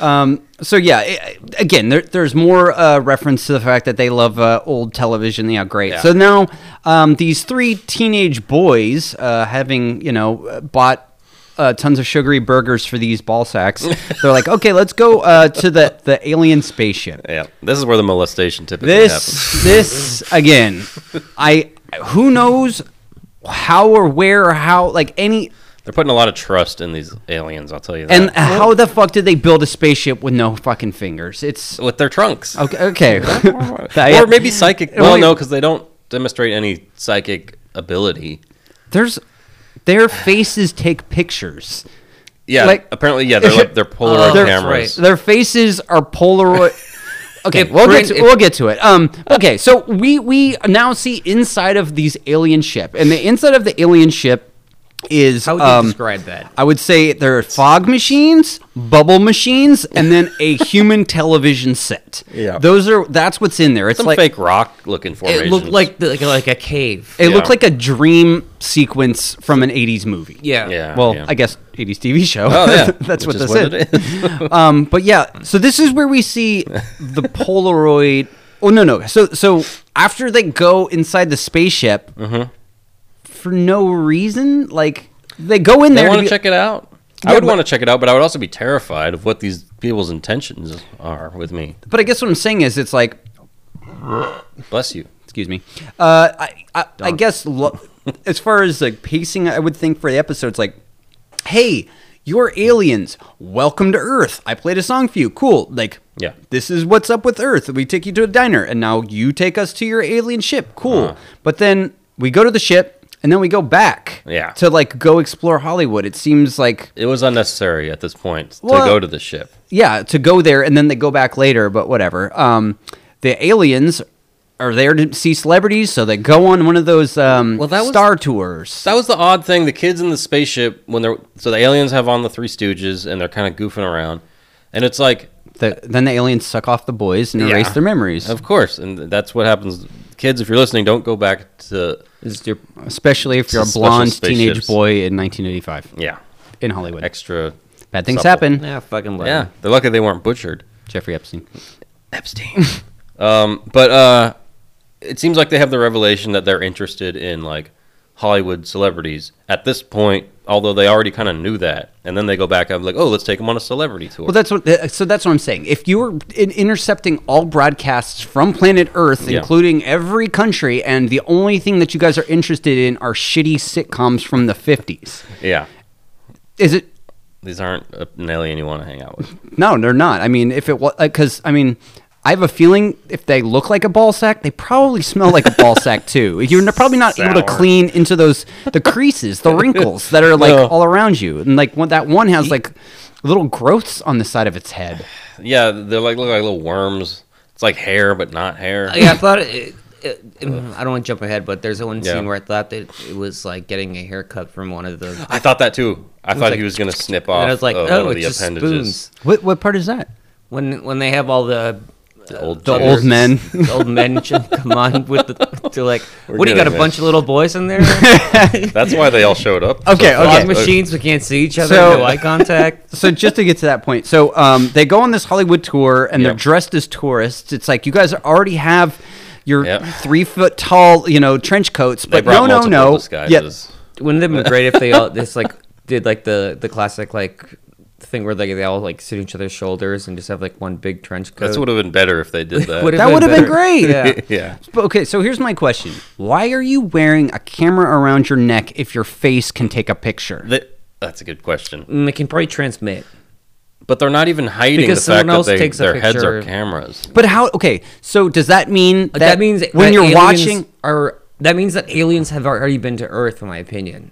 Um, so yeah, i again, there, there's more uh, reference to the fact that they love uh, old television. Yeah, great.
Yeah.
So now um, these three teenage boys, uh, having you know uh, bought. Uh, tons of sugary burgers for these ball sacks. They're like, okay, let's go uh, to the, the alien spaceship.
Yeah. This is where the molestation typically happens.
This this again, I who knows how or where or how like any
They're putting a lot of trust in these aliens. I'll tell you that.
and how the fuck did they build a spaceship with no fucking fingers? It's
with their trunks.
Okay. okay.
or maybe psychic.
It
Well,
only-
no, because they don't demonstrate any psychic ability.
there's their faces take pictures.
Yeah,
Like- Oh,
apparently, yeah, they're like they're Polaroid
that's
cameras.
Their faces are Polaroid. Okay,
If
we'll get
Brit-
to,
if-
we'll get to it. Um, okay, so we we now see inside of these alien ship, and the inside of the alien ship is
How would you
um,
describe that?
I would say there are fog machines, bubble machines, and then a human television set.
Yeah.
those are that's what's in there. It's
Some
like
fake rock looking formation.
It looked like the, like, like a cave.
it
yeah.
looked like a dream sequence from an '80s movie.
yeah.
Yeah.
well,
yeah.
I guess 80s TV show.
Oh yeah,
that's what
Which
this
is
is.
it is.
um, but yeah, so this is where we see the Polaroid. Oh no, no. So so after they go inside the spaceship
Mm-hmm.
for no reason, like they go in
they
there.
want
to
to
be-
check it out.
Yeah,
I would
but-
want to check it out, but I would also be terrified of what these people's intentions are with me.
But I guess what I'm saying is, it's like,
Bless you.
excuse me. Uh, I I, I guess lo- as far as like pacing, I would think for the episodes, like, hey. You're aliens. Welcome to Earth. I played a song for you. Cool. Like,
Yeah.
this is what's up with Earth. We take you to a diner, and now you take us to your alien ship. Cool.
Uh.
But then we go to the ship, and then we go back.
Yeah.
To like go explore Hollywood. It seems like
It was unnecessary at this point
Well-
to go to the ship.
yeah to go there, and then they go back later. But whatever. Um, the aliens are there to see celebrities, so they go on one of those um
Well, that was-
star tours.
That was the odd thing. The kids in the spaceship when they're so the aliens have on the Three Stooges and they're kind of goofing around, and it's like
The- then the aliens suck off the boys and erase
Yeah.
their memories,
Of course, and that's what happens. Kids, if you're listening, don't go back to
Is your
especially if you're a
Special
blonde teenage
spaceships.
boy in 1985.
yeah.
in Hollywood.
extra.
Bad things
supple.
happen.
Yeah, fucking love
Yeah, they're lucky they weren't butchered.
Jeffrey Epstein.
Epstein.
Uh,
um, but uh, it seems like they have the revelation that they're interested in like Hollywood celebrities at this point. Although they already kind of knew that, and then they go back and like, oh, let's take them on a celebrity tour.
Well, that's what. uh, So that's what I'm saying. If you were in intercepting all broadcasts from planet Earth,
Yeah.
including every country, and the only thing that you guys are interested in are shitty sitcoms from the 50s,
yeah,
is it?
these aren't a- an alien you want to hang out with.
No, they're not. I mean, if it was, because I mean, I have a feeling if they look like a ball sack, they probably smell like a ball sack too. You're n- probably not able to
Sour.
clean into those the creases, the wrinkles that are like
No.
all around you, and like one, that one has like little growths on the side of its head.
Yeah, they're like look like little worms. It's like hair, but not hair.
Uh, yeah, I thought it, it, I don't want to jump ahead, but there's one
Yeah.
scene where I thought that it was like getting a haircut from one of the. And
I thought that too. I thought
like-
he was gonna snip off
I was like,
uh,
oh,
one of
it's
the
just
appendages.
spoons.
What what part is that?
When when they have all the
The old,
The
jitters.
old men.
the old men ch- come on with the to like, what do you got
getting
a
there.
bunch of little boys in there?
That's why they all showed up.
Okay,
So-
okay.
Long machines, we can't see each other,
So-
no eye contact.
so just to get to that point, so um, they go on this Hollywood tour and they're
Yep.
dressed as tourists. It's like you guys already have your
Yep.
three foot tall, you know, trench coats,
They
but no,
brought
no,
multiple
no,
disguises.
Wouldn't it have been great if they all this like did like the the classic like thing where like they all like sit on each other's shoulders and just have like one big trench coat?
That's what would have been better if they did that.
Would've
That would have been
better.
great.
Yeah.
yeah.
But, Okay, so here's my question: Why are you wearing a camera around your neck if your face can take a picture?
Th- that's a good question.
Mm, They can probably transmit.
But they're not even hiding
Because
the fact
someone
that
else
they,
takes a
their heads are
picture.
cameras.
But how? Okay, so does that mean
Like, Uh, that, means
when
that
you're
aliens
watching?
are that means that aliens have already been to Earth, in my opinion.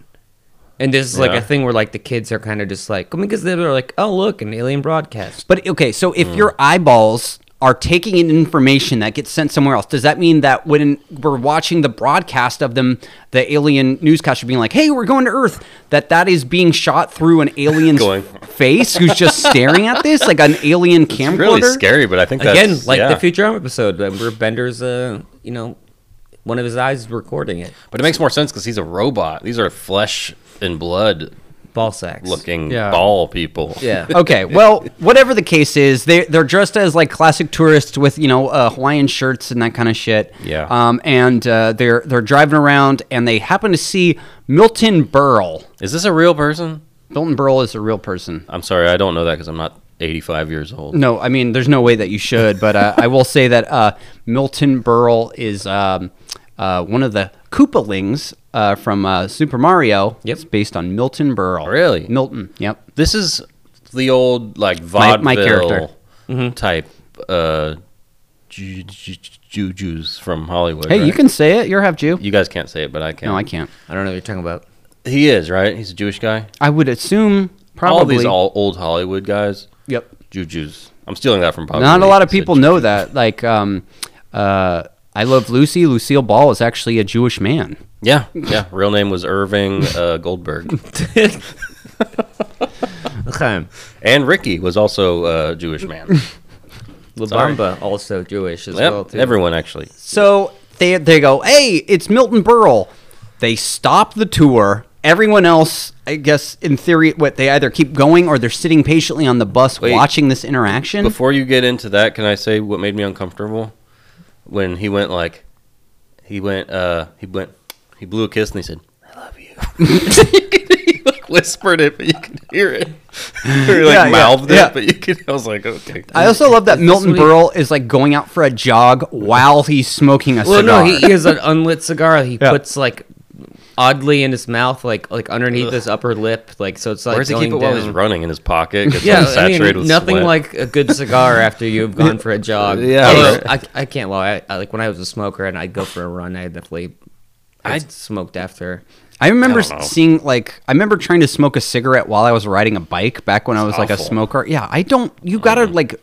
And this is like
Yeah.
a thing where like the kids are kind of just like, I mean, because they're like, oh look, an alien broadcast.
But okay, so if your eyeballs are taking in information that gets sent somewhere else, does that mean that when we're watching the broadcast of them, the alien newscaster being like, "Hey, we're going to Earth," that that is being shot through an alien's
Going.
face who's just staring at this like an alien camcorder?
It's really scary, but I think that's,
Again, like
yeah.
the Futurama episode uh, where Bender's, uh, you know, one of his eyes is recording it.
But it makes more sense because he's a robot. These are flesh and blood
Ball sacks.
looking
Yeah.
ball people.
Yeah.
okay. Well, whatever the case is, they they're dressed as like classic tourists with you know uh, Hawaiian shirts and that kind of shit.
Yeah.
Um, and uh, they're they're driving around and they happen to see Milton Berle.
Is this a real person?
Milton Berle is a real person.
I'm sorry, I don't know that because I'm not 85 years old.
No, I mean, there's no way that you should, but uh, I will say that uh, Milton Berle is um, uh, one of the Koopalings uh, from uh, Super Mario.
Yep.
It's based on Milton Berle.
Really?
Milton. Yep.
This is the old like
My-
vaudeville
my character.
type uh, ju- ju- ju- juju's from Hollywood.
Hey, you
right?
can say it. You're half Jew.
You guys can't say it, but I can.
No, I can't.
I don't know what you're talking about.
He is right. He's a Jewish guy.
I would assume probably.
All these all old Hollywood guys,
Yep.
juju's. I'm stealing that from Bobby.
Not a
Lee.
lot of
He said
people know
juju.
that. Like, um, uh, I love Lucy. Lucille Ball is actually a Jewish man.
Yeah, yeah. Real name was Irving uh, Goldberg,
Okay.
and Ricky was also a Jewish man. Sorry.
Lubamba, also Jewish as
Yep,
well. Too.
everyone actually.
So they they go, hey, it's Milton Berle. They stop the tour. Everyone else, I guess, in theory, what they either keep going or they're sitting patiently on the bus
Wait.
watching this interaction.
Before you get into that, can I say what made me uncomfortable? When he went like, he went, uh, he went, he blew a kiss and he said, "I love you." he like whispered it, but you could hear it. or he like
Yeah, yeah,
mouthed
yeah.
it, but you could. I was like, okay.
I also love that
Is this
Milton
what he-
Berle is like going out for a jog while he's smoking a
Well,
cigar.
no, he, he has an unlit cigar. He
Yeah.
puts like oddly in his mouth, like like underneath his upper lip, like so it's like
Where does he keep it
going
while
down.
he's running in his pocket? 'Cause it's,
Yeah,
like,
I
saturated
mean,
with
nothing
sweat.
like a good cigar after you've gone for a jog.
Yeah,
Although,
right.
I, I can't lie. I, I, like when I was a smoker and I'd go for a run, I'd definitely I
I'd-
smoked after.
I remember
I don't know.
seeing like I remember trying to smoke a cigarette while I was riding a bike back when I was like a
awful. Mm.
smoker. Yeah, I don't. You gotta like.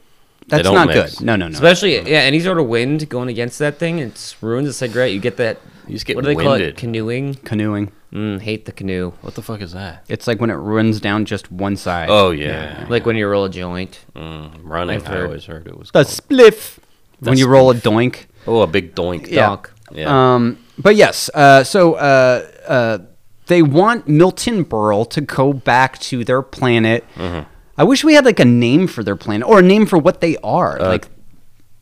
That's
don't
not
mix.
good. No, no, no.
Especially, yeah, any sort of wind going against that thing, it ruins the cigarette. You get that.
You just get
what do they call
winded.
it? Canoeing.
Canoeing.
Mm, hate the canoe.
What the fuck is that?
It's like when it runs down just one side.
Oh yeah,
Like when you roll a joint.
Mm, running.
I've
I
heard.
always heard it was.
the
Called.
spliff when you roll a doink. Um,
oh, a big doink.
Yeah.
Donk.
Yeah.
Um, but yes, uh, so uh, uh, They want Milton Berle to go back to their planet.
Mm-hmm.
I wish we had like a name for their planet or a name for what they
Uh,
are, like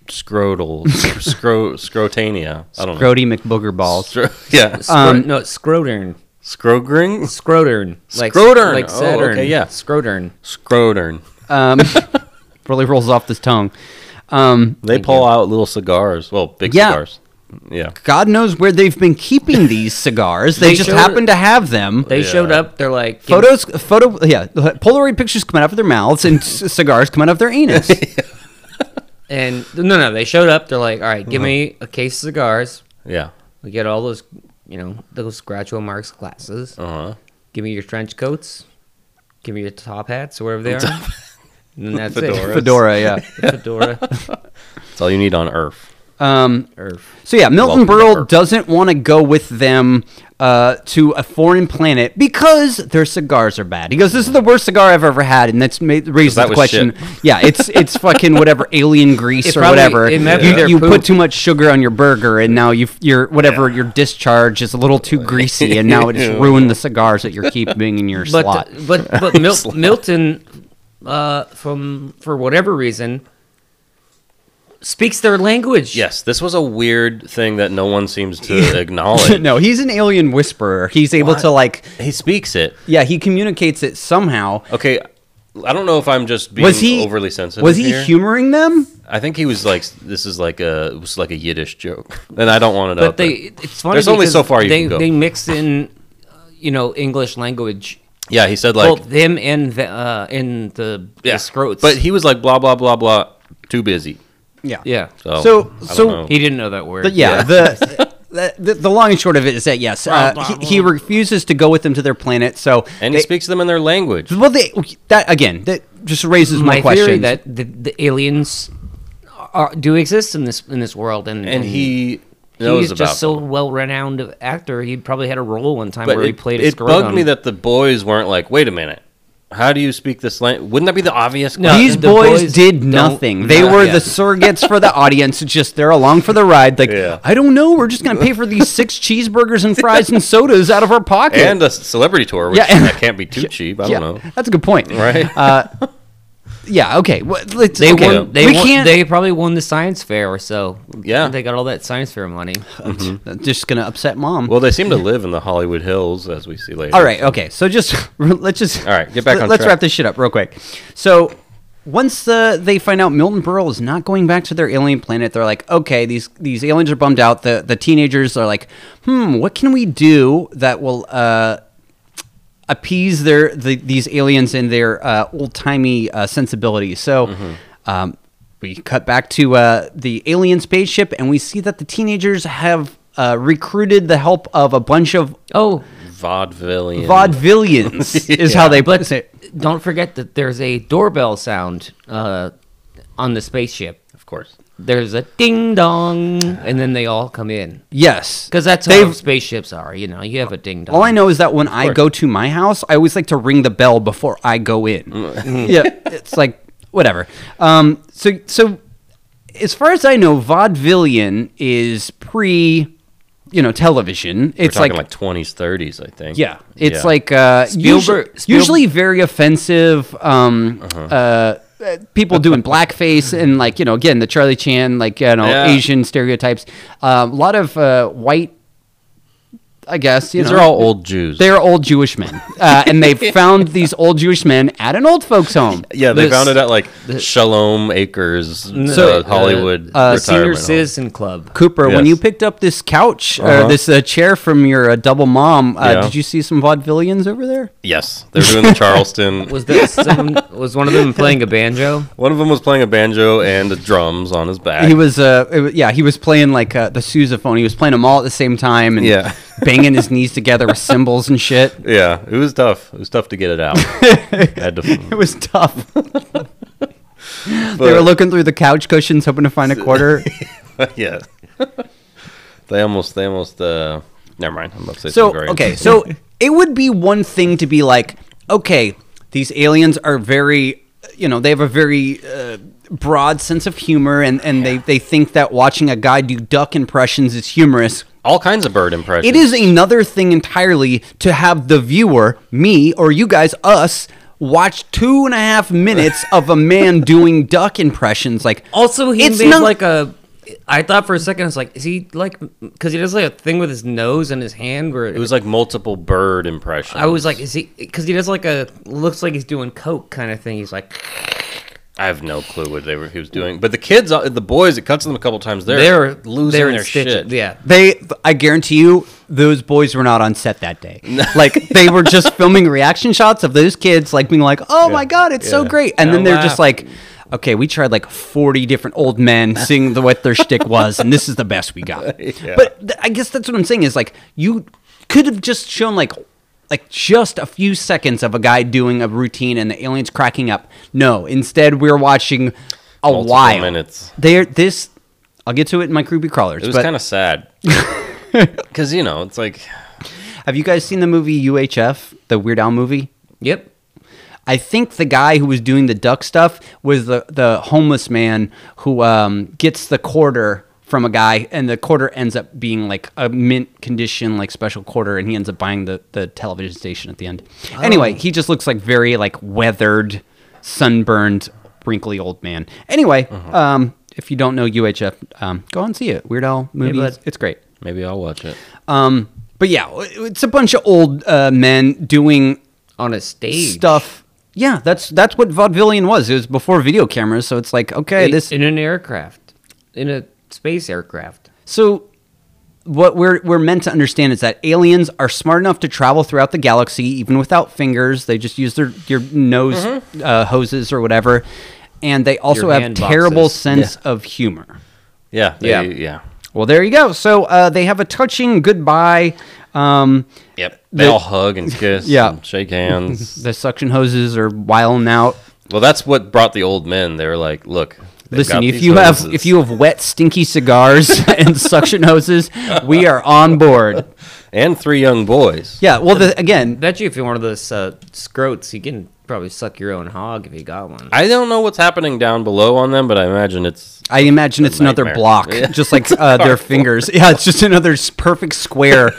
Scrotal, scro, scrotania. I don't know.
Grody McBooger Balls.
Scro- yeah.
Scro- no, it's Scrotern.
Scrogring?
Scrotern. Like,
Scrotern.
Like
Oh,
Saturn.
okay, yeah.
Scrotern.
Scrotern.
Um, really rolls off this tongue. Um,
They pull out little cigars. Well, big
Yeah.
cigars. Yeah.
God knows where they've been keeping these cigars. They,
They
just
showed-
happen to have them.
They
Yeah.
showed up. They're like give-
Photos, photo, yeah. Polaroid pictures coming out of their mouths and c- cigars coming out of their anus.
and no, no. They showed up. They're like, all right,
Uh-huh.
give me a case of cigars.
Yeah.
We get all those, you know, those Groucho Marx glasses.
Uh huh.
Give me your trench coats. Give me your top hats or whatever they are. And then that's
Fedora.
it.
Fedora, yeah.
Fedora.
That's all you need on Earth.
Um,
Earth.
so yeah, Milton
Welcome to
Berle
Earth.
doesn't want to go with them uh, to a foreign planet because their cigars are bad. He goes, "This is the worst cigar I've ever had," and that's made raises
that
the
was
question.
shit.
Yeah, it's it's fucking whatever alien grease
It
or
probably-
whatever.
it might be
You,
their
you put
poop.
too much sugar on your burger, and now you your whatever your discharge is a little too greasy, and now it just ruined the cigars that you're keeping in your
But uh,
slot.
but but Mil- Milton, uh, from for whatever reason, speaks their language.
Yes, this was a weird thing that no one seems to acknowledge.
no, he's an alien whisperer. He's able to like,
He speaks it.
yeah, he communicates it somehow.
Okay. I don't know if I'm just being
was he
overly sensitive.
Was he
here.
humoring them?
I think he was like, this is like a it was like a Yiddish joke, and I don't want it
but
out
they
there.
it's funny.
There's only
because
so far you
they,
can go.
They mix in, uh, you know, English language,
Yeah, he said like,
both them and the uh, and the,
yeah,
the scrotes.
but he was like blah blah blah blah, too busy.
Yeah.
yeah,
So
So-
I don't
so-
know.
he didn't know that word.
But yeah, the. The, the, the long and short of it is that yes, uh, he, he refuses to go with them to their planet. So
and
they,
he speaks to them in their language.
well, they that again that just raises my,
my
question
theory that the, the aliens are, do exist in this in this world, and
Mm-hmm.
and he knows
He's
about
just so
them.
well-renowned actor. He probably had a role one time
But
where he
it,
played a
it
scrotum.
bugged me that the boys weren't like, wait a minute, how do you speak this language? Wouldn't that be the obvious?
No,
question?
these
uh, the
boys,
boys
did
don't-
nothing. They
not
were
yet.
the surrogates for the audience. Just they're along for the ride. Like
Yeah.
I don't know, we're just gonna pay for these six cheeseburgers and fries and sodas out of our pocket.
and a celebrity tour, which
Yeah, and-
that can't be too cheap. I
yeah, Uh,
don't know,
that's a good point.
right?
Yeah. Okay. Well, let's,
they
okay.
won. They
we
won-
can't.
They probably won the science fair or so.
Yeah.
they got all that science fair money.
Mm-hmm.
just gonna upset mom.
well, they seem to live in the Hollywood Hills, as we see later.
All right. Okay. So just let's just
All right, get back on
Let's
track.
wrap this shit up real quick. So once uh, they find out Milton Berle is not going back to their alien planet, they're like, okay, these these aliens are bummed out. The the teenagers are like, hmm, what can we do that will uh, appease their the, these aliens and their uh, old timey uh, sensibilities? So.
Mm-hmm.
Um, we cut back to uh, the alien spaceship, and we see that the teenagers have uh, recruited the help of a bunch of
Oh,
vaudevillian.
vaudevillians is how they put it.
don't forget that there's a doorbell sound uh, on the spaceship.
of course.
There's a ding dong, and then they all come in
Yes,
because that's how
They've-
spaceships are. You know, you have a ding dong.
all I know is that when I go to my house, I always like to ring the bell before I go in. yeah, it's like whatever. Um, so so as far as I know, vaudevillian is pre, you know, television.
We're
It's
talking
like.
like twenties, thirties, I think.
yeah, it's
Yeah.
like uh,
Spielberg-
usu-
Spielberg-
usually very offensive. Um,
Uh-huh.
uh uh, people doing blackface and like you know again the Charlie Chan like you know
Yeah.
Asian stereotypes. Um, a lot of uh, white, I guess you
these
know,
are all old Jews.
uh, they're old Jewish men, uh, and they found these old Jewish men at an old folks' home.
yeah, they
this-
found it at like Shalom Acres,
So,
uh, Hollywood
uh, senior
retirement home.
citizen club.
Cooper, when
Yes.
you picked up this couch
Uh-huh.
or this uh, chair from your uh, double mom, uh,
Yeah.
did you see some vaudevillians over there?
Yes, they're doing the Charleston.
Was there some, was one of them playing a banjo?
One of them was playing a banjo and the drums on his back.
He was, uh, it wa- yeah, he was playing like uh, the sousaphone. He was playing them all at the same time and
Yeah.
banging his knees together with cymbals and shit.
yeah, it was tough. It was tough to get it out. I had
It
to,
was tough. they were
but-
looking through the couch cushions, hoping to find a quarter.
yeah. They almost, they almost. uh Never mind. I'm about to say
So
something very
okay,
interesting.
so it would be one thing to be like, okay, these aliens are very, you know, they have a very uh, broad sense of humor, and and they they think that watching a guy do duck impressions is humorous.
all kinds of bird impressions.
It is another thing entirely to have the viewer, me or you guys, us, watch two and a half minutes of a man doing duck impressions. Like
Also, he
It's
made
not-
like a. I thought for a second, I was like, is he like? Because he does like a thing with his nose and his hand where
It was like multiple bird impressions.
I was like, is he? Because he does like a looks like he's doing coke kind of thing. He's like,
I have no clue what they were he was doing. But the kids, uh, the boys, it cuts them a couple times. They're,
they're
losing
they're in
their
stitches.
shit.
Yeah,
They, I guarantee you, those boys were not on set that day. Like they were just filming reaction shots of those kids, like being like, "Oh my god, it's so great," and then
Now
they're
laugh.
just like, "Okay, we tried like forty different old men seeing the, what their shtick was, and this is the best we got." But th- I guess that's what I'm saying is like you could have just shown like. Like just a few seconds of a guy doing a routine and the aliens cracking up. No, instead we're watching a
Multiple
while.
minutes.
There, this. I'll get to it in my creepy crawlers.
It was
but-
kind of sad. Because, you know, it's like,
Have you guys seen the movie UHF, the Weird Al movie?
yep.
I think the guy who was doing the duck stuff was the, the homeless man who um, gets the quarter from a guy, and the quarter ends up being like a mint condition, like special quarter, and he ends up buying the, the television station at the end. Anyway, he just looks like very like weathered, sunburned, wrinkly old man. Anyway, um, if you don't know UHF, um, go and see it. Weird Al movie,
bud.
it's great.
maybe I'll watch it.
Um, but yeah, it's a bunch of old uh, men doing
On a stage
stuff. Yeah, that's that's what vaudevillian was. It was before video cameras, so it's like okay,
in,
this.
in an aircraft, in a space aircraft.
So what we're we're meant to understand is that aliens are smart enough to travel throughout the galaxy even without fingers. They just use their your nose uh, hoses or whatever, and they also
Your
have
hand
terrible
boxes.
sense of humor.
Yeah. they-
Yeah.
Yeah.
Well, there you go. So uh, they have a touching goodbye. Um,
Yep. They
The-
all hug and kiss
Yeah.
and shake hands.
the suction hoses are wiling out.
well, that's what brought the old men. They were like, look. they've
Listen,
got
if
these
you have
hoses.
if you have wet, stinky cigars and suction hoses, we are on board.
And three young boys.
Yeah. Well, the, again,
Bet you if you're one of those uh, scrotes, you can probably suck your own hog if you got one.
I don't know what's happening down below on them, but I imagine it's
I imagine it's another
nightmare.
block,
Yeah.
just like uh, their fingers. Yeah, it's just another s- perfect square.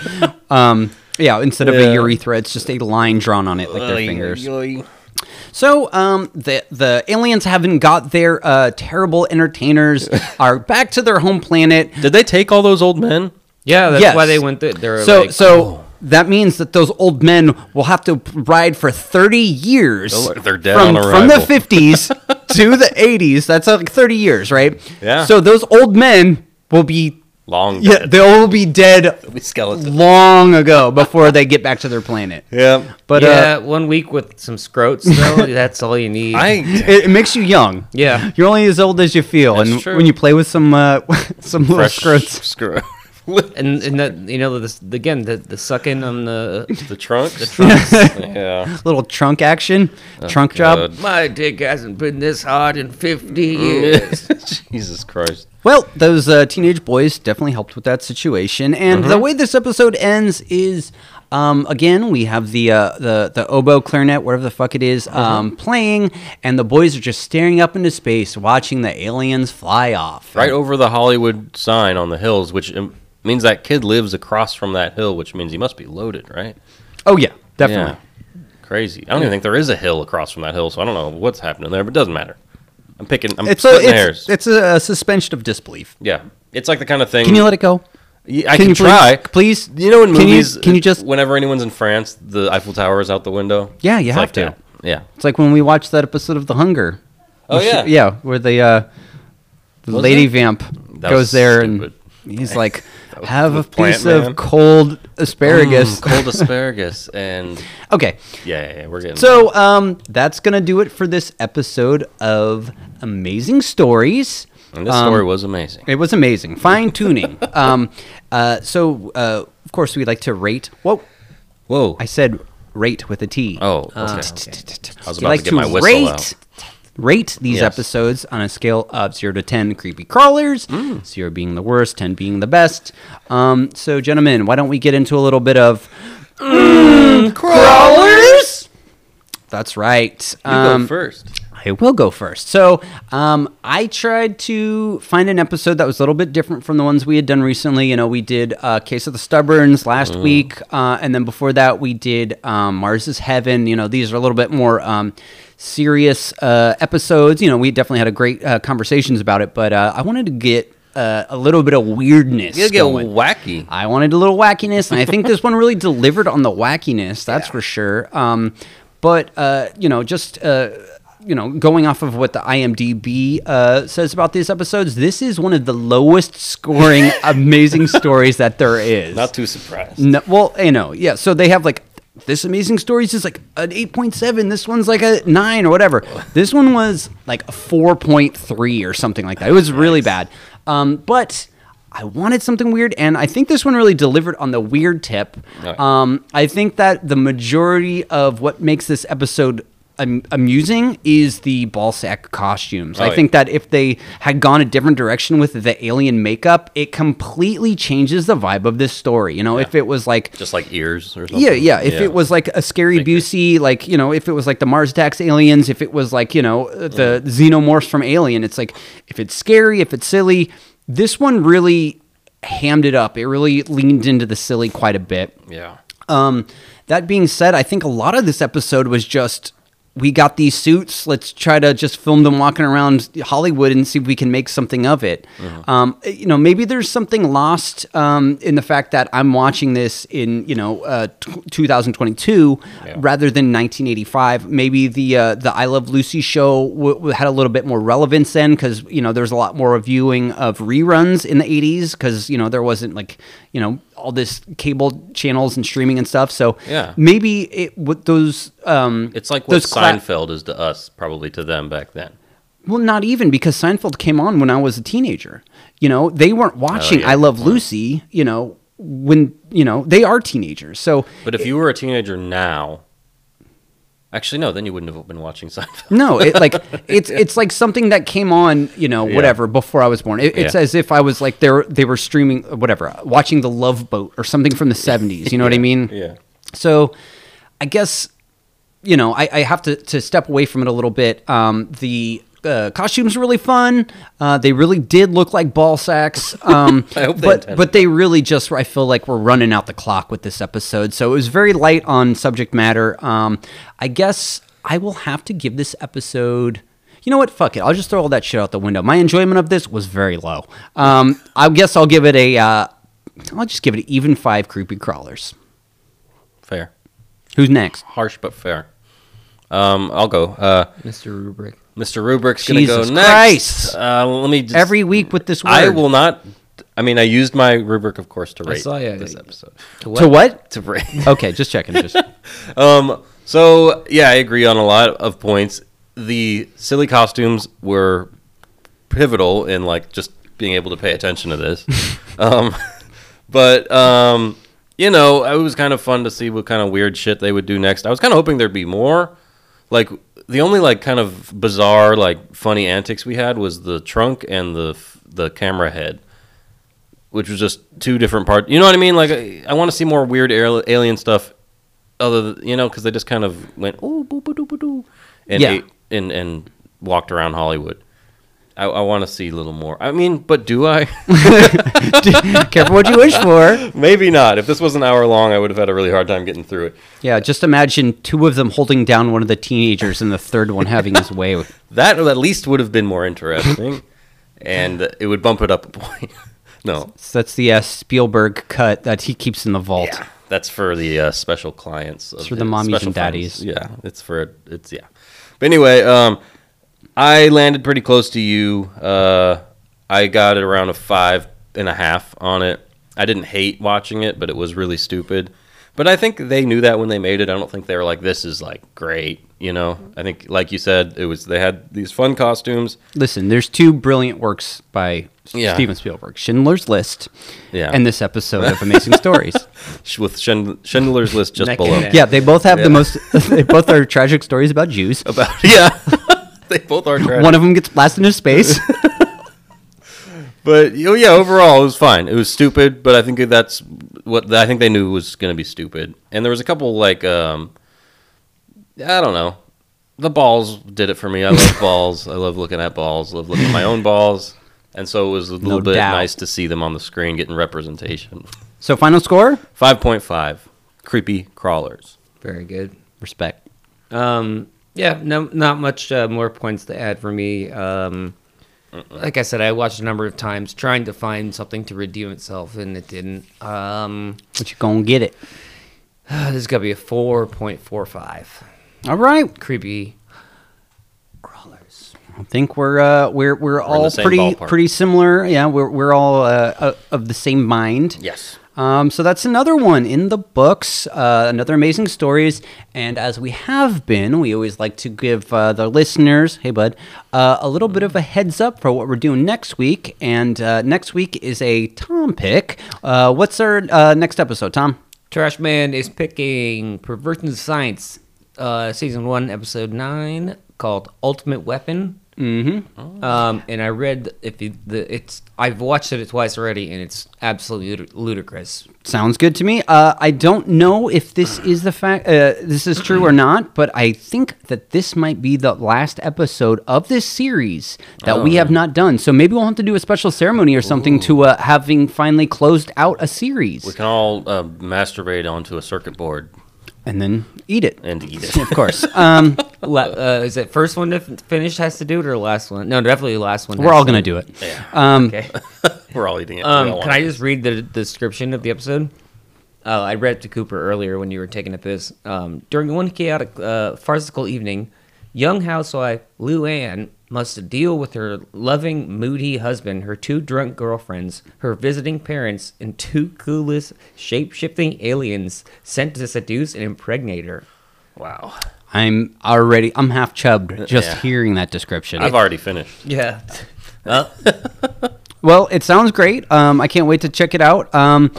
Um, yeah, instead of
Yeah.
a urethra, it's just a line drawn on it like their
Oy,
fingers.
oy, oy.
So um, the the aliens haven't got their uh, terrible entertainers are back to their home planet.
Did they take all those old men?
Yeah, that's
Yes.
why they went through. They're
So
like,
so
oh.
that means that those old men will have to ride for 30 years
They're- they're dead
from,
on
from the
arrival.
50s to the 80s. That's like 30 years, right?
Yeah.
So those old men will be
Long
yeah,
dead.
they will be dead
Be skeletons.
long ago before they get back to their planet.
Yeah.
But
yeah,
uh,
one week with some scrotes though. that's all you need.
I
it, it makes you young.
yeah.
You're only as old as you feel,
That's
and
true.
when you play with some uh, some little
fresh
scrotes,
screw
And, and that you know this again the the sucking on the
the trunks. The trunks. yeah.
little trunk action, trunk job.
Oh, God.
my dick hasn't been this hard in fifty years.
Jesus Christ.
Well, those uh, teenage boys definitely helped with that situation. And
Mm-hmm.
the way this episode ends is, um, again, we have the uh, the the oboe, clarinet, whatever the fuck it is,
Mm-hmm.
um, playing, and the boys are just staring up into space, watching the aliens fly off.
Right over the Hollywood sign on the hills, which um, means that kid lives across from that hill, which means he must be loaded, right?
Oh yeah, definitely.
Yeah. Crazy. I don't even think there is a hill across from that hill, so I don't know what's happening there, but it doesn't matter. I'm picking. I'm
It's a
splitting
it's,
hairs.
it's a, suspension of disbelief.
yeah. It's like the kind of thing.
Can you let it go?
Y-
can
I can,
you please-
try.
please?
You know, in
Can you-
movies,
can you just-
whenever anyone's in France, the Eiffel Tower is out the window.
Yeah, you
It's
have
like
to.
that. Yeah.
It's like when we watched that episode of The Hunger.
Oh,
You should-
yeah.
yeah, where the uh, the
Was
lady
it?
vamp
That
goes
was
there
stupid.
and he's like,
That was
"Have a
with Plant
piece
Man.
of cold asparagus."
Mm, cold asparagus, and
okay,
yeah, yeah, yeah, we're getting
so um, that's gonna do it for this episode of Amazing Stories.
And this
um,
story was amazing.
It was amazing, fine tuning. um, uh, so uh, of course we like to rate. Whoa,
Whoa!
I said rate with a T.
oh, okay. I was
You
about to get my whistle
rate,
out.
Rate these
Yes.
episodes on a scale of zero to ten creepy crawlers,
Mm.
zero being the worst, ten being the best. Um, so, gentlemen, why don't we get into a little bit of crawlers? That's right.
You
Um,
go first.
I will go first. So um, I tried to find an episode that was a little bit different from the ones we had done recently. You know, we did uh, Case of the Stubborns last
Mm.
week, uh, and then before that we did um, Mars is Heaven. You know, these are a little bit more um, serious uh, episodes. You know, we definitely had a great uh, conversations about it, but uh, I wanted to get uh, a little bit of weirdness.
You get
going.
wacky.
I wanted a little wackiness, and I think this one really delivered on the wackiness. That's for sure. Um, but uh, you know, just uh, you know, going off of what the IMDb uh, says about these episodes, this is one of the lowest scoring amazing stories that there is.
Not too surprised.
No, well, you know, yeah. So they have like this amazing stories is like an eight point seven. This one's like a nine or whatever. This one was like a four point three or something like that. It was really bad. Um, but I wanted something weird, and I think this one really delivered on the weird tip.
Alright.
Um, I think that the majority of what makes this episode. am- Amusing is the ball sack costumes.
Oh,
I
yeah.
think that if they had gone a different direction with the alien makeup, it completely changes the vibe of this story. You know, if it was like
Just like ears or something.
yeah, yeah. If it was like a scary Busey, like you know, if it was like the Mars attacks aliens, if it was like you know uh, the xenomorphs from Alien, it's like if it's scary, if it's silly. This one really hammed it up. It really leaned into the silly quite a bit.
Yeah.
Um, that being said, I think a lot of this episode was just we got these suits. Let's try to just film them walking around Hollywood and see if we can make something of it. Um, you know, maybe there's something lost um, in the fact that I'm watching this in you know uh, t- 2022
Yeah.
rather than 1985. Maybe the uh, the I Love Lucy show w- w- had a little bit more relevance then because you know there's a lot more viewing of reruns in the 80s because you know there wasn't like you know all this cable channels and streaming and stuff. So
Yeah.
maybe it with those um
It's like what
those cla-
Seinfeld is to us, probably to them back then.
well, not even because Seinfeld came on when I was a teenager. You know, they weren't watching
Oh, yeah,
I Love Lucy. You know, when you know they are teenagers. So
But if you were a teenager now, actually no, then you wouldn't have been watching Seinfeld.
No, it like it's it's like something that came on, you know,
Yeah.
whatever before I was born. It, it's
Yeah.
as if I was like they were they were streaming whatever, watching The Love Boat or something from the seventies. You know what I mean?
Yeah.
So, I guess you know I, I have to to step away from it a little bit. Um, the uh, costumes were really fun. Uh, they really did look like ball sacks. Um,
I hope they
but
intended
but they really just I feel like we're running out the clock with this episode. So it was very light on subject matter. Um, I guess I will have to give this episode. You know what? Fuck it. I'll just throw all that shit out the window. My enjoyment of this was very low. Um, I guess I'll give it a. Uh, I'll just give it an even five creepy crawlers.
Fair.
Who's next?
Harsh but fair. Um, I'll go. Uh,
Mr. Rubric.
Mr. Rubric's gonna
Jesus
go next.
Christ.
Uh, let me just,
Every week with this word.
I will not. I mean, I used my rubric, of course, to rate
saw ya.
this episode.
To what?
To rate.
Okay, just checking. Just
Um, so yeah, I agree on a lot of points. The silly costumes were pivotal in like just being able to pay attention to this. um, but um, you know, it was kind of fun to see what kind of weird shit they would do next. I was kind of hoping there'd be more. Like the only like kind of bizarre like funny antics we had was the trunk and the f- the camera head. Which was just two different parts. You know what I mean? Like, I, I want to see more weird al- alien stuff other th you know because they just kind of went oh boo boo doo boo doo and
Yeah.
ate, and and walked around Hollywood. I, I want to see a little more. I mean, but do I?
careful what you wish for.
Maybe not. If this was an hour long, I would have had a really hard time getting through it.
Yeah, just imagine two of them holding down one of the teenagers and the third one having his way. with-
That at least would have been more interesting, and it would bump it up a point. no,
So that's the uh, Spielberg cut that he keeps in the vault.
Yeah, that's for the uh, special clients. Of
for the mommies
special
and daddies.
friends. Yeah, it's for it's yeah. But anyway, um, I landed pretty close to you. Uh, I got it around a five and a half on it. I didn't hate watching it, but it was really stupid. But I think they knew that when they made it. I don't think they were like, "This is like great," you know. I think, like you said, it was they had these fun costumes.
Listen, there's two brilliant works by S-
Yeah.
Steven Spielberg: Schindler's List,
Yeah.
and this episode of Amazing Stories.
sh- with Schind- Schindler's List just
Neck and
below.
neck.
Yeah, they both have
Yeah.
the most. They both are tragic stories about Jews.
About yeah, they both are trash.
One of them gets blasted into space.
But you know, yeah, overall it was fine. It was stupid, but I think that's what I think they knew was going to be stupid. And there was a couple like um, I don't know, the balls did it for me. I love balls. I love looking at balls. Love looking at my own balls. And so it was a little bit
doubt.
nice to see them on the screen getting representation.
So final score?
Five point five, creepy crawlers.
Very good.
Respect.
Um, yeah, no, not much uh, more points to add for me. Um, like I said, I watched a number of times trying to find something to redeem itself, and it didn't. Um,
But you gonna get it.
this is gonna be a four point four five.
All right.
Creepy crawlers.
I think we're uh, we're we're
in
all
the same
pretty
ballpark.
pretty similar. Yeah, we're we're all uh, uh, of the same mind.
Yes.
Um, so that's another one in the books, uh, another amazing stories. And as we have been, we always like to give uh, the listeners, hey, bud, uh, a little bit of a heads up for what we're doing next week. And uh, next week is a Tom pick. Uh, what's our uh, next episode, Tom?
Trash Man is picking Perversion of Science, uh, season one, episode nine, called Ultimate Weapon. Mm-hmm. Um, and I read if you, the it's I've watched it twice already, and it's absolutely ludic- ludicrous.
Sounds good to me. Uh, I don't know if this is the fact, uh, this is true or not, but I think that this might be the last episode of this series that
Oh.
we have not done. So maybe we'll have to do a special ceremony or something to uh, having finally closed out a series
We can all uh, masturbate onto a circuit board
and then eat it.
and eat it.
of course, um,
La- uh, is it first one to f- finish has to do it or last one? No, definitely last one.
we're all gonna do it. Um,
Okay.
We're all eating it. We all
Um, can
want
I
it.
just read the, the description of the episode? Uh, I read it to Cooper earlier when you were taking a piss. Um, during one chaotic, uh, farcical evening, young housewife Lou Ann must deal with her loving, moody husband, her two drunk girlfriends, her visiting parents, and two clueless, shape shifting aliens sent to seduce and impregnate her.
Wow.
I'm already, I'm half chubbed just
Yeah.
hearing that description.
I've already finished.
Yeah.
Well, it sounds great. Um, I can't wait to check it out. Um,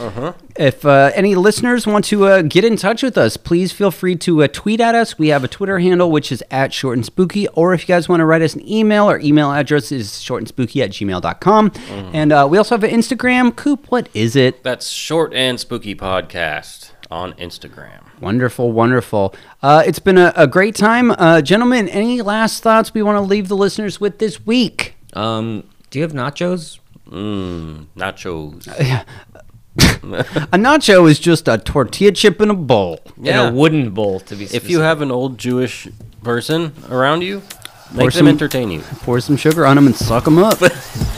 If uh, any listeners want to uh, get in touch with us, please feel free to uh, tweet at us. We have a Twitter handle, which is at short and spooky. Or if you guys want to write us an email, our email address is short and spooky at gmail.com. And uh, we also have an Instagram. Coop, what is it?
That's short and spooky podcast on Instagram.
Wonderful, wonderful. Uh, it's been a, a great time. Uh, gentlemen, any last thoughts we want to leave the listeners with this week?
Um, do you have nachos?
Mmm, nachos.
A nacho is just a tortilla chip in a bowl.
Yeah.
In a wooden bowl, to be specific.
if you have an old Jewish person around you, make
Or
them
some-
entertain you.
Pour some sugar on them and suck them up.